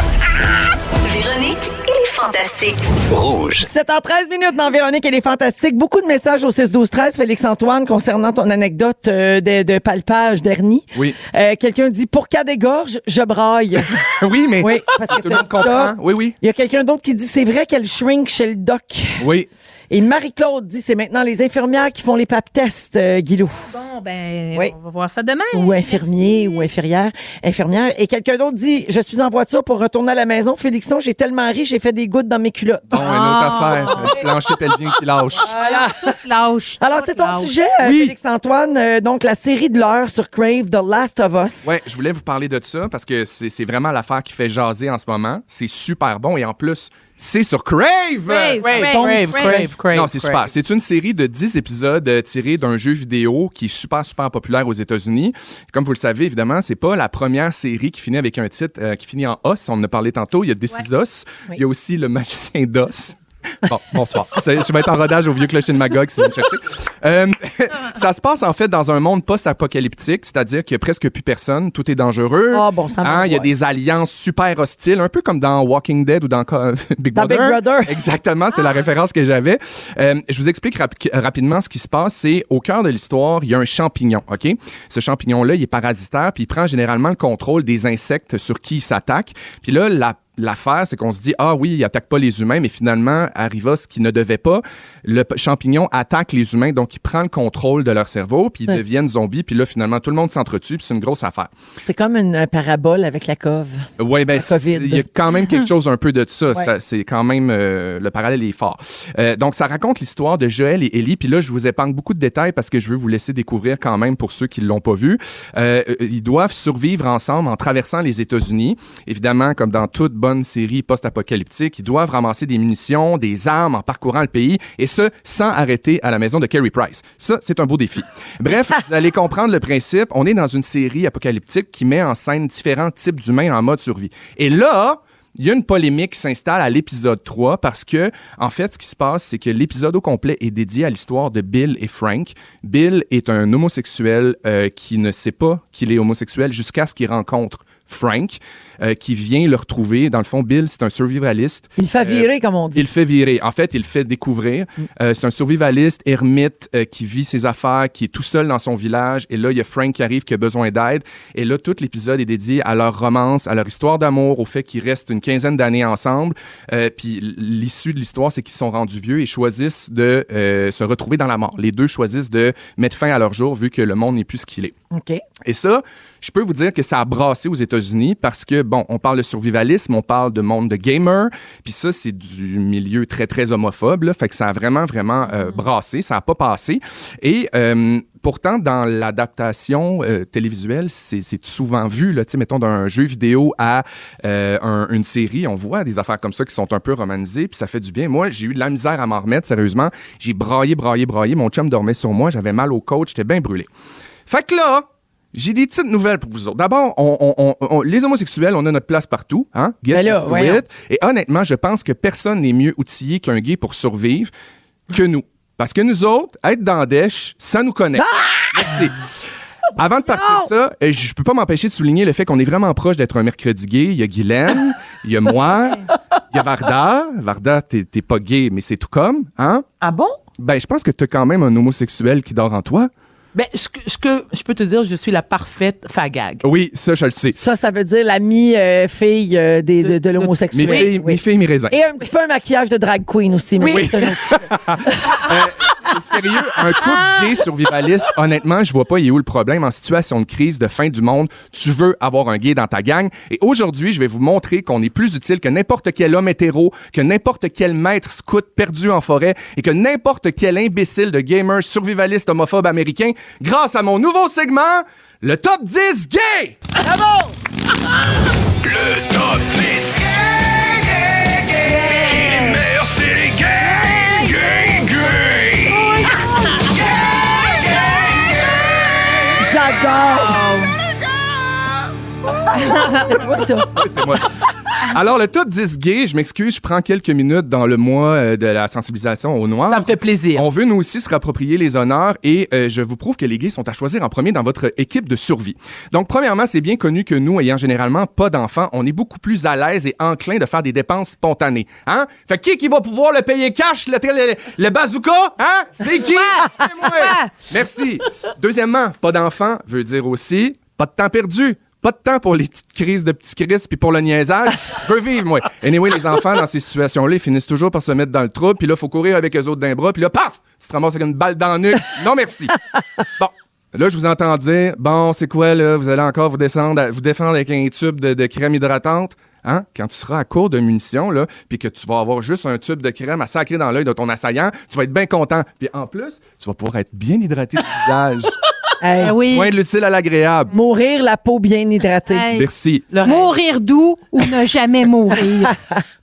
Speaker 1: Véronique et les Fantastiques.
Speaker 12: Rouge.
Speaker 2: 7h13 minutes dans Véronique, elle est fantastique. Beaucoup de messages au 6-12-13. Félix-Antoine, concernant ton anecdote euh, de, de palpage dernier.
Speaker 10: Oui.
Speaker 2: Euh, Quelqu'un dit, pour cas des gorges, je braille.
Speaker 10: oui, mais
Speaker 2: oui, parce que
Speaker 10: tout le monde
Speaker 2: t'as dit ça.
Speaker 10: comprend. Oui, oui.
Speaker 2: Il y a quelqu'un d'autre qui dit, c'est vrai qu'elle shrink chez le doc.
Speaker 10: Oui.
Speaker 2: Et Marie-Claude dit, c'est maintenant les infirmières qui font les pap tests, euh, Guilou.
Speaker 14: Bon, ben,
Speaker 2: Oui.
Speaker 14: on va voir ça demain.
Speaker 2: ou infirmier ou infirmière, infirmière. Et quelqu'un d'autre dit, je suis en voiture pour retourner à la maison. Félixon, j'ai tellement ri, j'ai fait des gouttes dans mes culottes.
Speaker 14: Oh,
Speaker 10: Bon, une autre
Speaker 2: Ah.
Speaker 10: affaire. Le plancher pelvien qui lâche.
Speaker 2: Voilà. Alors, c'est ton
Speaker 14: lâche.
Speaker 2: sujet, euh, Félix-Antoine. euh, donc, la série de l'heure sur Crave, The Last of Us.
Speaker 10: Ouais, je voulais vous parler de ça parce que c'est c'est vraiment l'affaire qui fait jaser en ce moment. C'est super bon et en plus, c'est sur Crave!
Speaker 14: Crave, Crave, Crave, Crave, Crave, Crave,
Speaker 10: Non, c'est
Speaker 14: Crave.
Speaker 10: super. C'est une série de 10 épisodes euh, tirés d'un jeu vidéo qui est super, super populaire aux États-Unis. Comme vous le savez, évidemment, c'est pas la première série qui finit avec un titre euh, qui finit en os. On en a parlé tantôt. Il y a This is Us. Il y a aussi Le Magicien d'os. Bon, bonsoir. C'est- Je vais être en rodage au vieux clocher de Magog si vous me cherchez. Euh, ça se passe en fait dans un monde post-apocalyptique, c'est-à-dire qu'il n'y a presque plus personne, tout est dangereux.
Speaker 2: Ah, bon, ça
Speaker 10: Hein, Il y a des alliances super hostiles, un peu comme dans Walking Dead ou dans co- Big,
Speaker 2: Dans Big
Speaker 10: Brother.
Speaker 2: Brother. Ah.
Speaker 10: Exactement, c'est la référence que j'avais. Euh, je vous explique rapi- rapidement ce qui se passe. C'est au cœur de l'histoire, il y a un champignon, OK? Ce champignon-là, il est parasitaire, puis il prend généralement le contrôle des insectes sur qui il s'attaque. Puis là, la L'affaire, c'est qu'on se dit, ah oui, il attaque pas les humains, mais finalement, arriva ce qui ne devait pas. Le p- champignon attaque les humains, donc il prend le contrôle de leur cerveau, puis ils
Speaker 2: Ouais.
Speaker 10: deviennent zombies, puis là, finalement, tout le monde s'entretue, puis c'est une grosse affaire.
Speaker 2: C'est comme une euh, parabole avec la cove.
Speaker 10: Oui, ben, c'est-
Speaker 2: COVID.
Speaker 10: il y a quand même quelque chose un peu de ça.
Speaker 2: Ouais.
Speaker 10: Ça, c'est quand même euh, le parallèle est fort. Euh, donc, ça raconte l'histoire de Joël et Ellie. Puis là, je vous épargne beaucoup de détails parce que je veux vous laisser découvrir quand même pour ceux qui l'ont pas vu. Euh, euh, ils doivent survivre ensemble en traversant les États-Unis. Évidemment, comme dans toute bonne bonne série post-apocalyptique. Ils doivent ramasser des munitions, des armes en parcourant le pays, et ce, sans arrêter à la maison de Kerry Price. Ça, c'est un beau défi. Bref, vous allez comprendre le principe. On est dans une série apocalyptique qui met en scène différents types d'humains en mode survie. Et là, il y a une polémique qui s'installe à l'épisode 3 parce que, en fait, ce qui se passe, c'est que l'épisode au complet est dédié à l'histoire de Bill et Frank. Bill est un homosexuel euh, qui ne sait pas qu'il est homosexuel jusqu'à ce qu'il rencontre Frank, euh, qui vient le retrouver. Dans le fond, Bill, c'est un survivaliste.
Speaker 2: Il fait virer, comme on dit.
Speaker 10: Il fait virer. En fait, il fait découvrir. Euh, c'est un survivaliste, ermite, euh, qui vit ses affaires, qui est tout seul dans son village. Et là, il y a Frank qui arrive, qui a besoin d'aide. Et là, tout l'épisode est dédié à leur romance, à leur histoire d'amour, au fait qu'ils restent une quinzaine d'années ensemble. Euh, puis l'issue de l'histoire, c'est qu'ils sont rendus vieux et choisissent de euh, se retrouver dans la mort. Les deux choisissent de mettre fin à leur jour, vu que le monde n'est plus ce qu'il est.
Speaker 2: OK.
Speaker 10: Et ça, je peux vous dire que ça a brassé aux États-Unis parce que, bon, on parle de survivalisme, on parle de monde de gamers, puis ça, c'est du milieu très, très homophobe, là, fait que ça a vraiment, vraiment euh, brassé, ça n'a pas passé. Et euh, pourtant, dans l'adaptation euh, télévisuelle, c'est c'est souvent vu, là, tu sais, mettons, d'un jeu vidéo à euh, un- une série, on voit des affaires comme ça qui sont un peu romanisées, puis ça fait du bien. Moi, j'ai eu de la misère à m'en remettre, sérieusement. J'ai braillé, braillé, braillé. Mon chum dormait sur moi, j'avais mal au coach, j'étais bien brûlé. Fait que là, j'ai des petites nouvelles pour vous autres. D'abord, on- on- on- on- les homosexuels, on a notre place partout. Hein? Get
Speaker 2: Ben là,
Speaker 10: used to
Speaker 2: voyons.
Speaker 10: it. Et honnêtement, je pense que personne n'est mieux outillé qu'un gay pour survivre que nous. Parce que nous autres, être dans Dèche, ça nous connaît.
Speaker 2: Ah!
Speaker 10: Merci. Avant de partir ça, euh, je peux pas m'empêcher de souligner le fait qu'on est vraiment proche d'être un mercredi gay. Il y a Guylaine, il y a moi, il y a Varda. Varda, t'es t'es pas gay, mais c'est tout comme, hein?
Speaker 2: Ah bon?
Speaker 10: Ben, je pense que t'as quand même un homosexuel qui dort en toi.
Speaker 15: Ben, ce que, ce que je peux te dire, je suis la parfaite fagag.
Speaker 10: Oui, ça, je le sais.
Speaker 2: Ça, ça veut dire l'ami euh, fille euh, des- de, de l'homosexuel.
Speaker 10: Mes filles, mes filles, mes raisins.
Speaker 2: Et un petit peu un maquillage de drag queen aussi. Mais
Speaker 10: Oui.
Speaker 2: c'est un autre-
Speaker 10: Euh, sérieux, un
Speaker 2: Ah!
Speaker 10: couple gay survivaliste, honnêtement, je vois pas il est où le problème en situation de crise, de fin du monde. Tu veux avoir un gay dans ta gang. Et aujourd'hui, je vais vous montrer qu'on est plus utile que n'importe quel homme hétéro, que n'importe quel maître scout perdu en forêt et que n'importe quel imbécile de gamer survivaliste homophobe américain grâce à mon nouveau segment, le top 10 gay!
Speaker 2: Bravo!
Speaker 16: Le top 10. C'est qui les meilleurs, c'est les gays, gays, gays.
Speaker 2: J'adore! C'est toi, ça.
Speaker 10: C'est moi. Alors, le top 10 gay, je m'excuse, je prends quelques minutes dans le mois euh, de la sensibilisation au noir. Ça me fait plaisir. On veut, nous aussi, se rapproprier les honneurs et euh, je vous prouve que les gays sont à choisir en premier dans votre équipe de survie. Donc, premièrement, c'est bien connu que nous, ayant généralement pas d'enfants, on est beaucoup plus à l'aise et enclin de faire des dépenses spontanées. Hein? Fait que qui qui va pouvoir le payer cash, le, le, le bazooka? Hein? C'est qui? C'est moi. Merci. Deuxièmement, pas d'enfant veut dire aussi pas de temps perdu. Pas de temps pour les petites crises de petits crises puis pour le niaisage. Je veux vivre, moi. Anyway, les enfants, dans ces situations-là, ils finissent toujours par se mettre dans le trou. Puis là, faut courir avec eux autres d'un bras. Puis là, paf! Tu te ramasses avec une balle dans le nuque. Non, merci. Bon. Là, je vous entends dire, bon, c'est quoi, là? Vous allez encore vous descendre, à- vous défendre avec un tube de, de crème hydratante? Hein? Quand tu seras à court de munitions, là, puis que tu vas avoir juste un tube de crème à sacrer dans l'œil de ton assaillant, tu vas être bien content. Puis en plus, tu vas pouvoir être bien hydraté du visage.
Speaker 2: Hey. oui.
Speaker 10: Point de l'utile à l'agréable.
Speaker 2: Mourir la peau bien hydratée.
Speaker 10: Hey. Merci.
Speaker 14: Mourir d'où ou ne jamais mourir.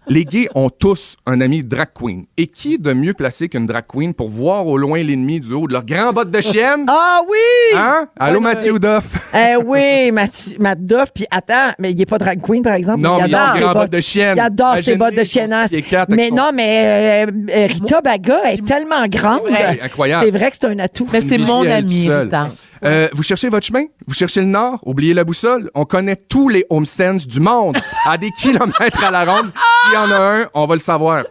Speaker 10: Les gays ont tous un ami drag queen. Et qui de mieux placé qu'une drag queen pour voir au loin l'ennemi du haut de leur grand botte de chienne?
Speaker 2: Ah oui!
Speaker 10: Hein? Allô, Mathieu Duff?
Speaker 2: Eh oui, Mathieu, Matt Duff. Puis attends, mais il n'est pas drag queen, par exemple.
Speaker 10: Non, mais il a
Speaker 2: adore
Speaker 10: un
Speaker 2: ses
Speaker 10: grand
Speaker 2: bottes.
Speaker 10: botte de chienne.
Speaker 2: Il adore ses
Speaker 10: Imaginez
Speaker 2: bottes de
Speaker 10: son
Speaker 2: chiennasse.
Speaker 10: pied quatre avec
Speaker 2: Mais
Speaker 10: son-
Speaker 2: non, mais euh, euh, Rita Baga est tellement grande.
Speaker 10: vrai. Incroyable.
Speaker 2: C'est vrai que c'est un atout.
Speaker 10: Une vigie à elle toute seule. Euh, vous cherchez votre chemin? Vous cherchez le nord? Oubliez la boussole. On connaît tous les homestands du monde à des kilomètres à la ronde. S'il y en a un, on va le savoir.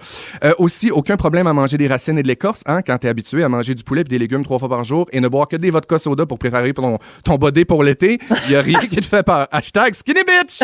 Speaker 10: Euh, aussi, aucun problème à manger des racines et de l'écorce hein, quand t'es habitué à manger du poulet et des légumes trois fois par jour et ne boire que des vodka soda pour préparer ton, ton body pour l'été. Il y a rien qui te fait peur. Hashtag skinny bitch!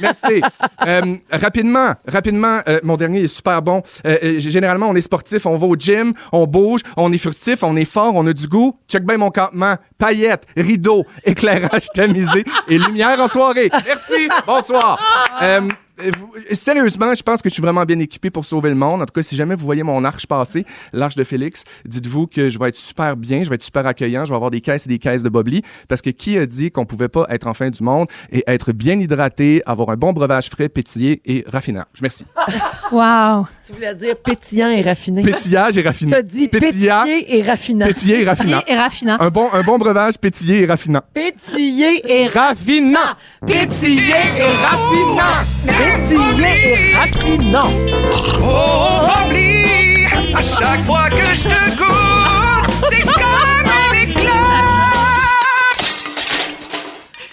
Speaker 10: Merci. Euh, rapidement, rapidement, euh, mon dernier est super bon. Euh, euh, généralement, on est sportif, on va au gym, on bouge, on est furtif, on est fort, on a du goût. Check bien mon campement. Paillettes, rideaux, éclairage tamisé et lumière en soirée. Merci. Bonsoir. Euh, euh, vous- sérieusement, je pense que je suis vraiment bien équipé pour sauver le monde. En tout cas, si jamais vous voyez mon arche passer, l'arche de Félix, dites-vous que je vais être super bien, je vais être super accueillant, je vais avoir des caisses et des caisses de bobli. Parce que qui a dit qu'on pouvait pas être en fin du monde et être bien hydraté, avoir un bon breuvage frais, pétillé et raffinant? Je merci.
Speaker 14: Wow.
Speaker 2: Tu voulais dire pétillant et raffiné.
Speaker 10: Pétillage et raffiné.
Speaker 2: T'as dit
Speaker 10: Pétillant.
Speaker 2: pétillé et raffinant.
Speaker 10: Pétillé et raffinant. Un bon, un bon breuvage pétillé et raffinant.
Speaker 2: Pétillé et
Speaker 10: raffinant.
Speaker 2: Ah!
Speaker 10: Pétillé et raffinant.
Speaker 2: Pétillé et raffinant.
Speaker 16: Oh, Bobli, à chaque fois que je te goûte, c'est comme un éclat.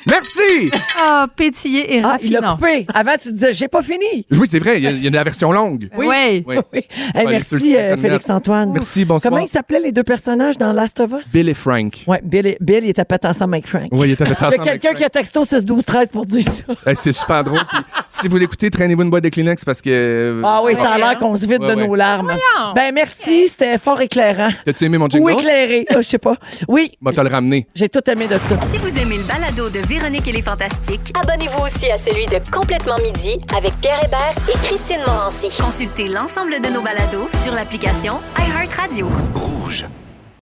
Speaker 10: Merci!
Speaker 14: Ah, pétillé et
Speaker 2: Ah, il
Speaker 14: raffinant.
Speaker 2: l'a coupé. Avant, tu disais, j'ai pas fini.
Speaker 10: Oui, c'est vrai, il y, a- il y a la version longue.
Speaker 2: Oui. Oui. Oui. Eh,
Speaker 10: On va aller sur le
Speaker 2: merci,
Speaker 10: site
Speaker 2: euh,
Speaker 10: Internet.
Speaker 2: Félix-Antoine.
Speaker 10: Merci, bonsoir.
Speaker 2: Comment ils s'appelaient les deux personnages dans Last of Us?
Speaker 10: Bill et Frank.
Speaker 2: Ouais, Bill, et- Bill, il était pété ensemble avec Frank.
Speaker 10: Oui, il était pété ensemble
Speaker 2: Il y a
Speaker 10: avec
Speaker 2: quelqu'un qui a texto 16 12 13 pour dire ça.
Speaker 10: Eh, c'est super drôle. Puis, si vous l'écoutez, traînez-vous une boîte de Kleenex parce que. euh,
Speaker 2: Ah oui, ça a l'air qu'on se vide
Speaker 10: Ouais,
Speaker 2: de
Speaker 10: ouais.
Speaker 2: nos larmes. Ben merci, c'était fort éclairant.
Speaker 10: T'as-tu aimé mon
Speaker 2: Ou
Speaker 10: jingle?
Speaker 2: éclairé, Ah, je sais pas. Oui,
Speaker 10: Bah, t'as le ramené.
Speaker 2: j'ai tout aimé de ça.
Speaker 1: Si vous aimez le balado de Véronique et les Fantastiques, abonnez-vous aussi à celui de Complètement Midi avec Pierre Hébert et Christine Morancy. Consultez l'ensemble de nos balados sur l'application iHeartRadio.
Speaker 16: Rouge.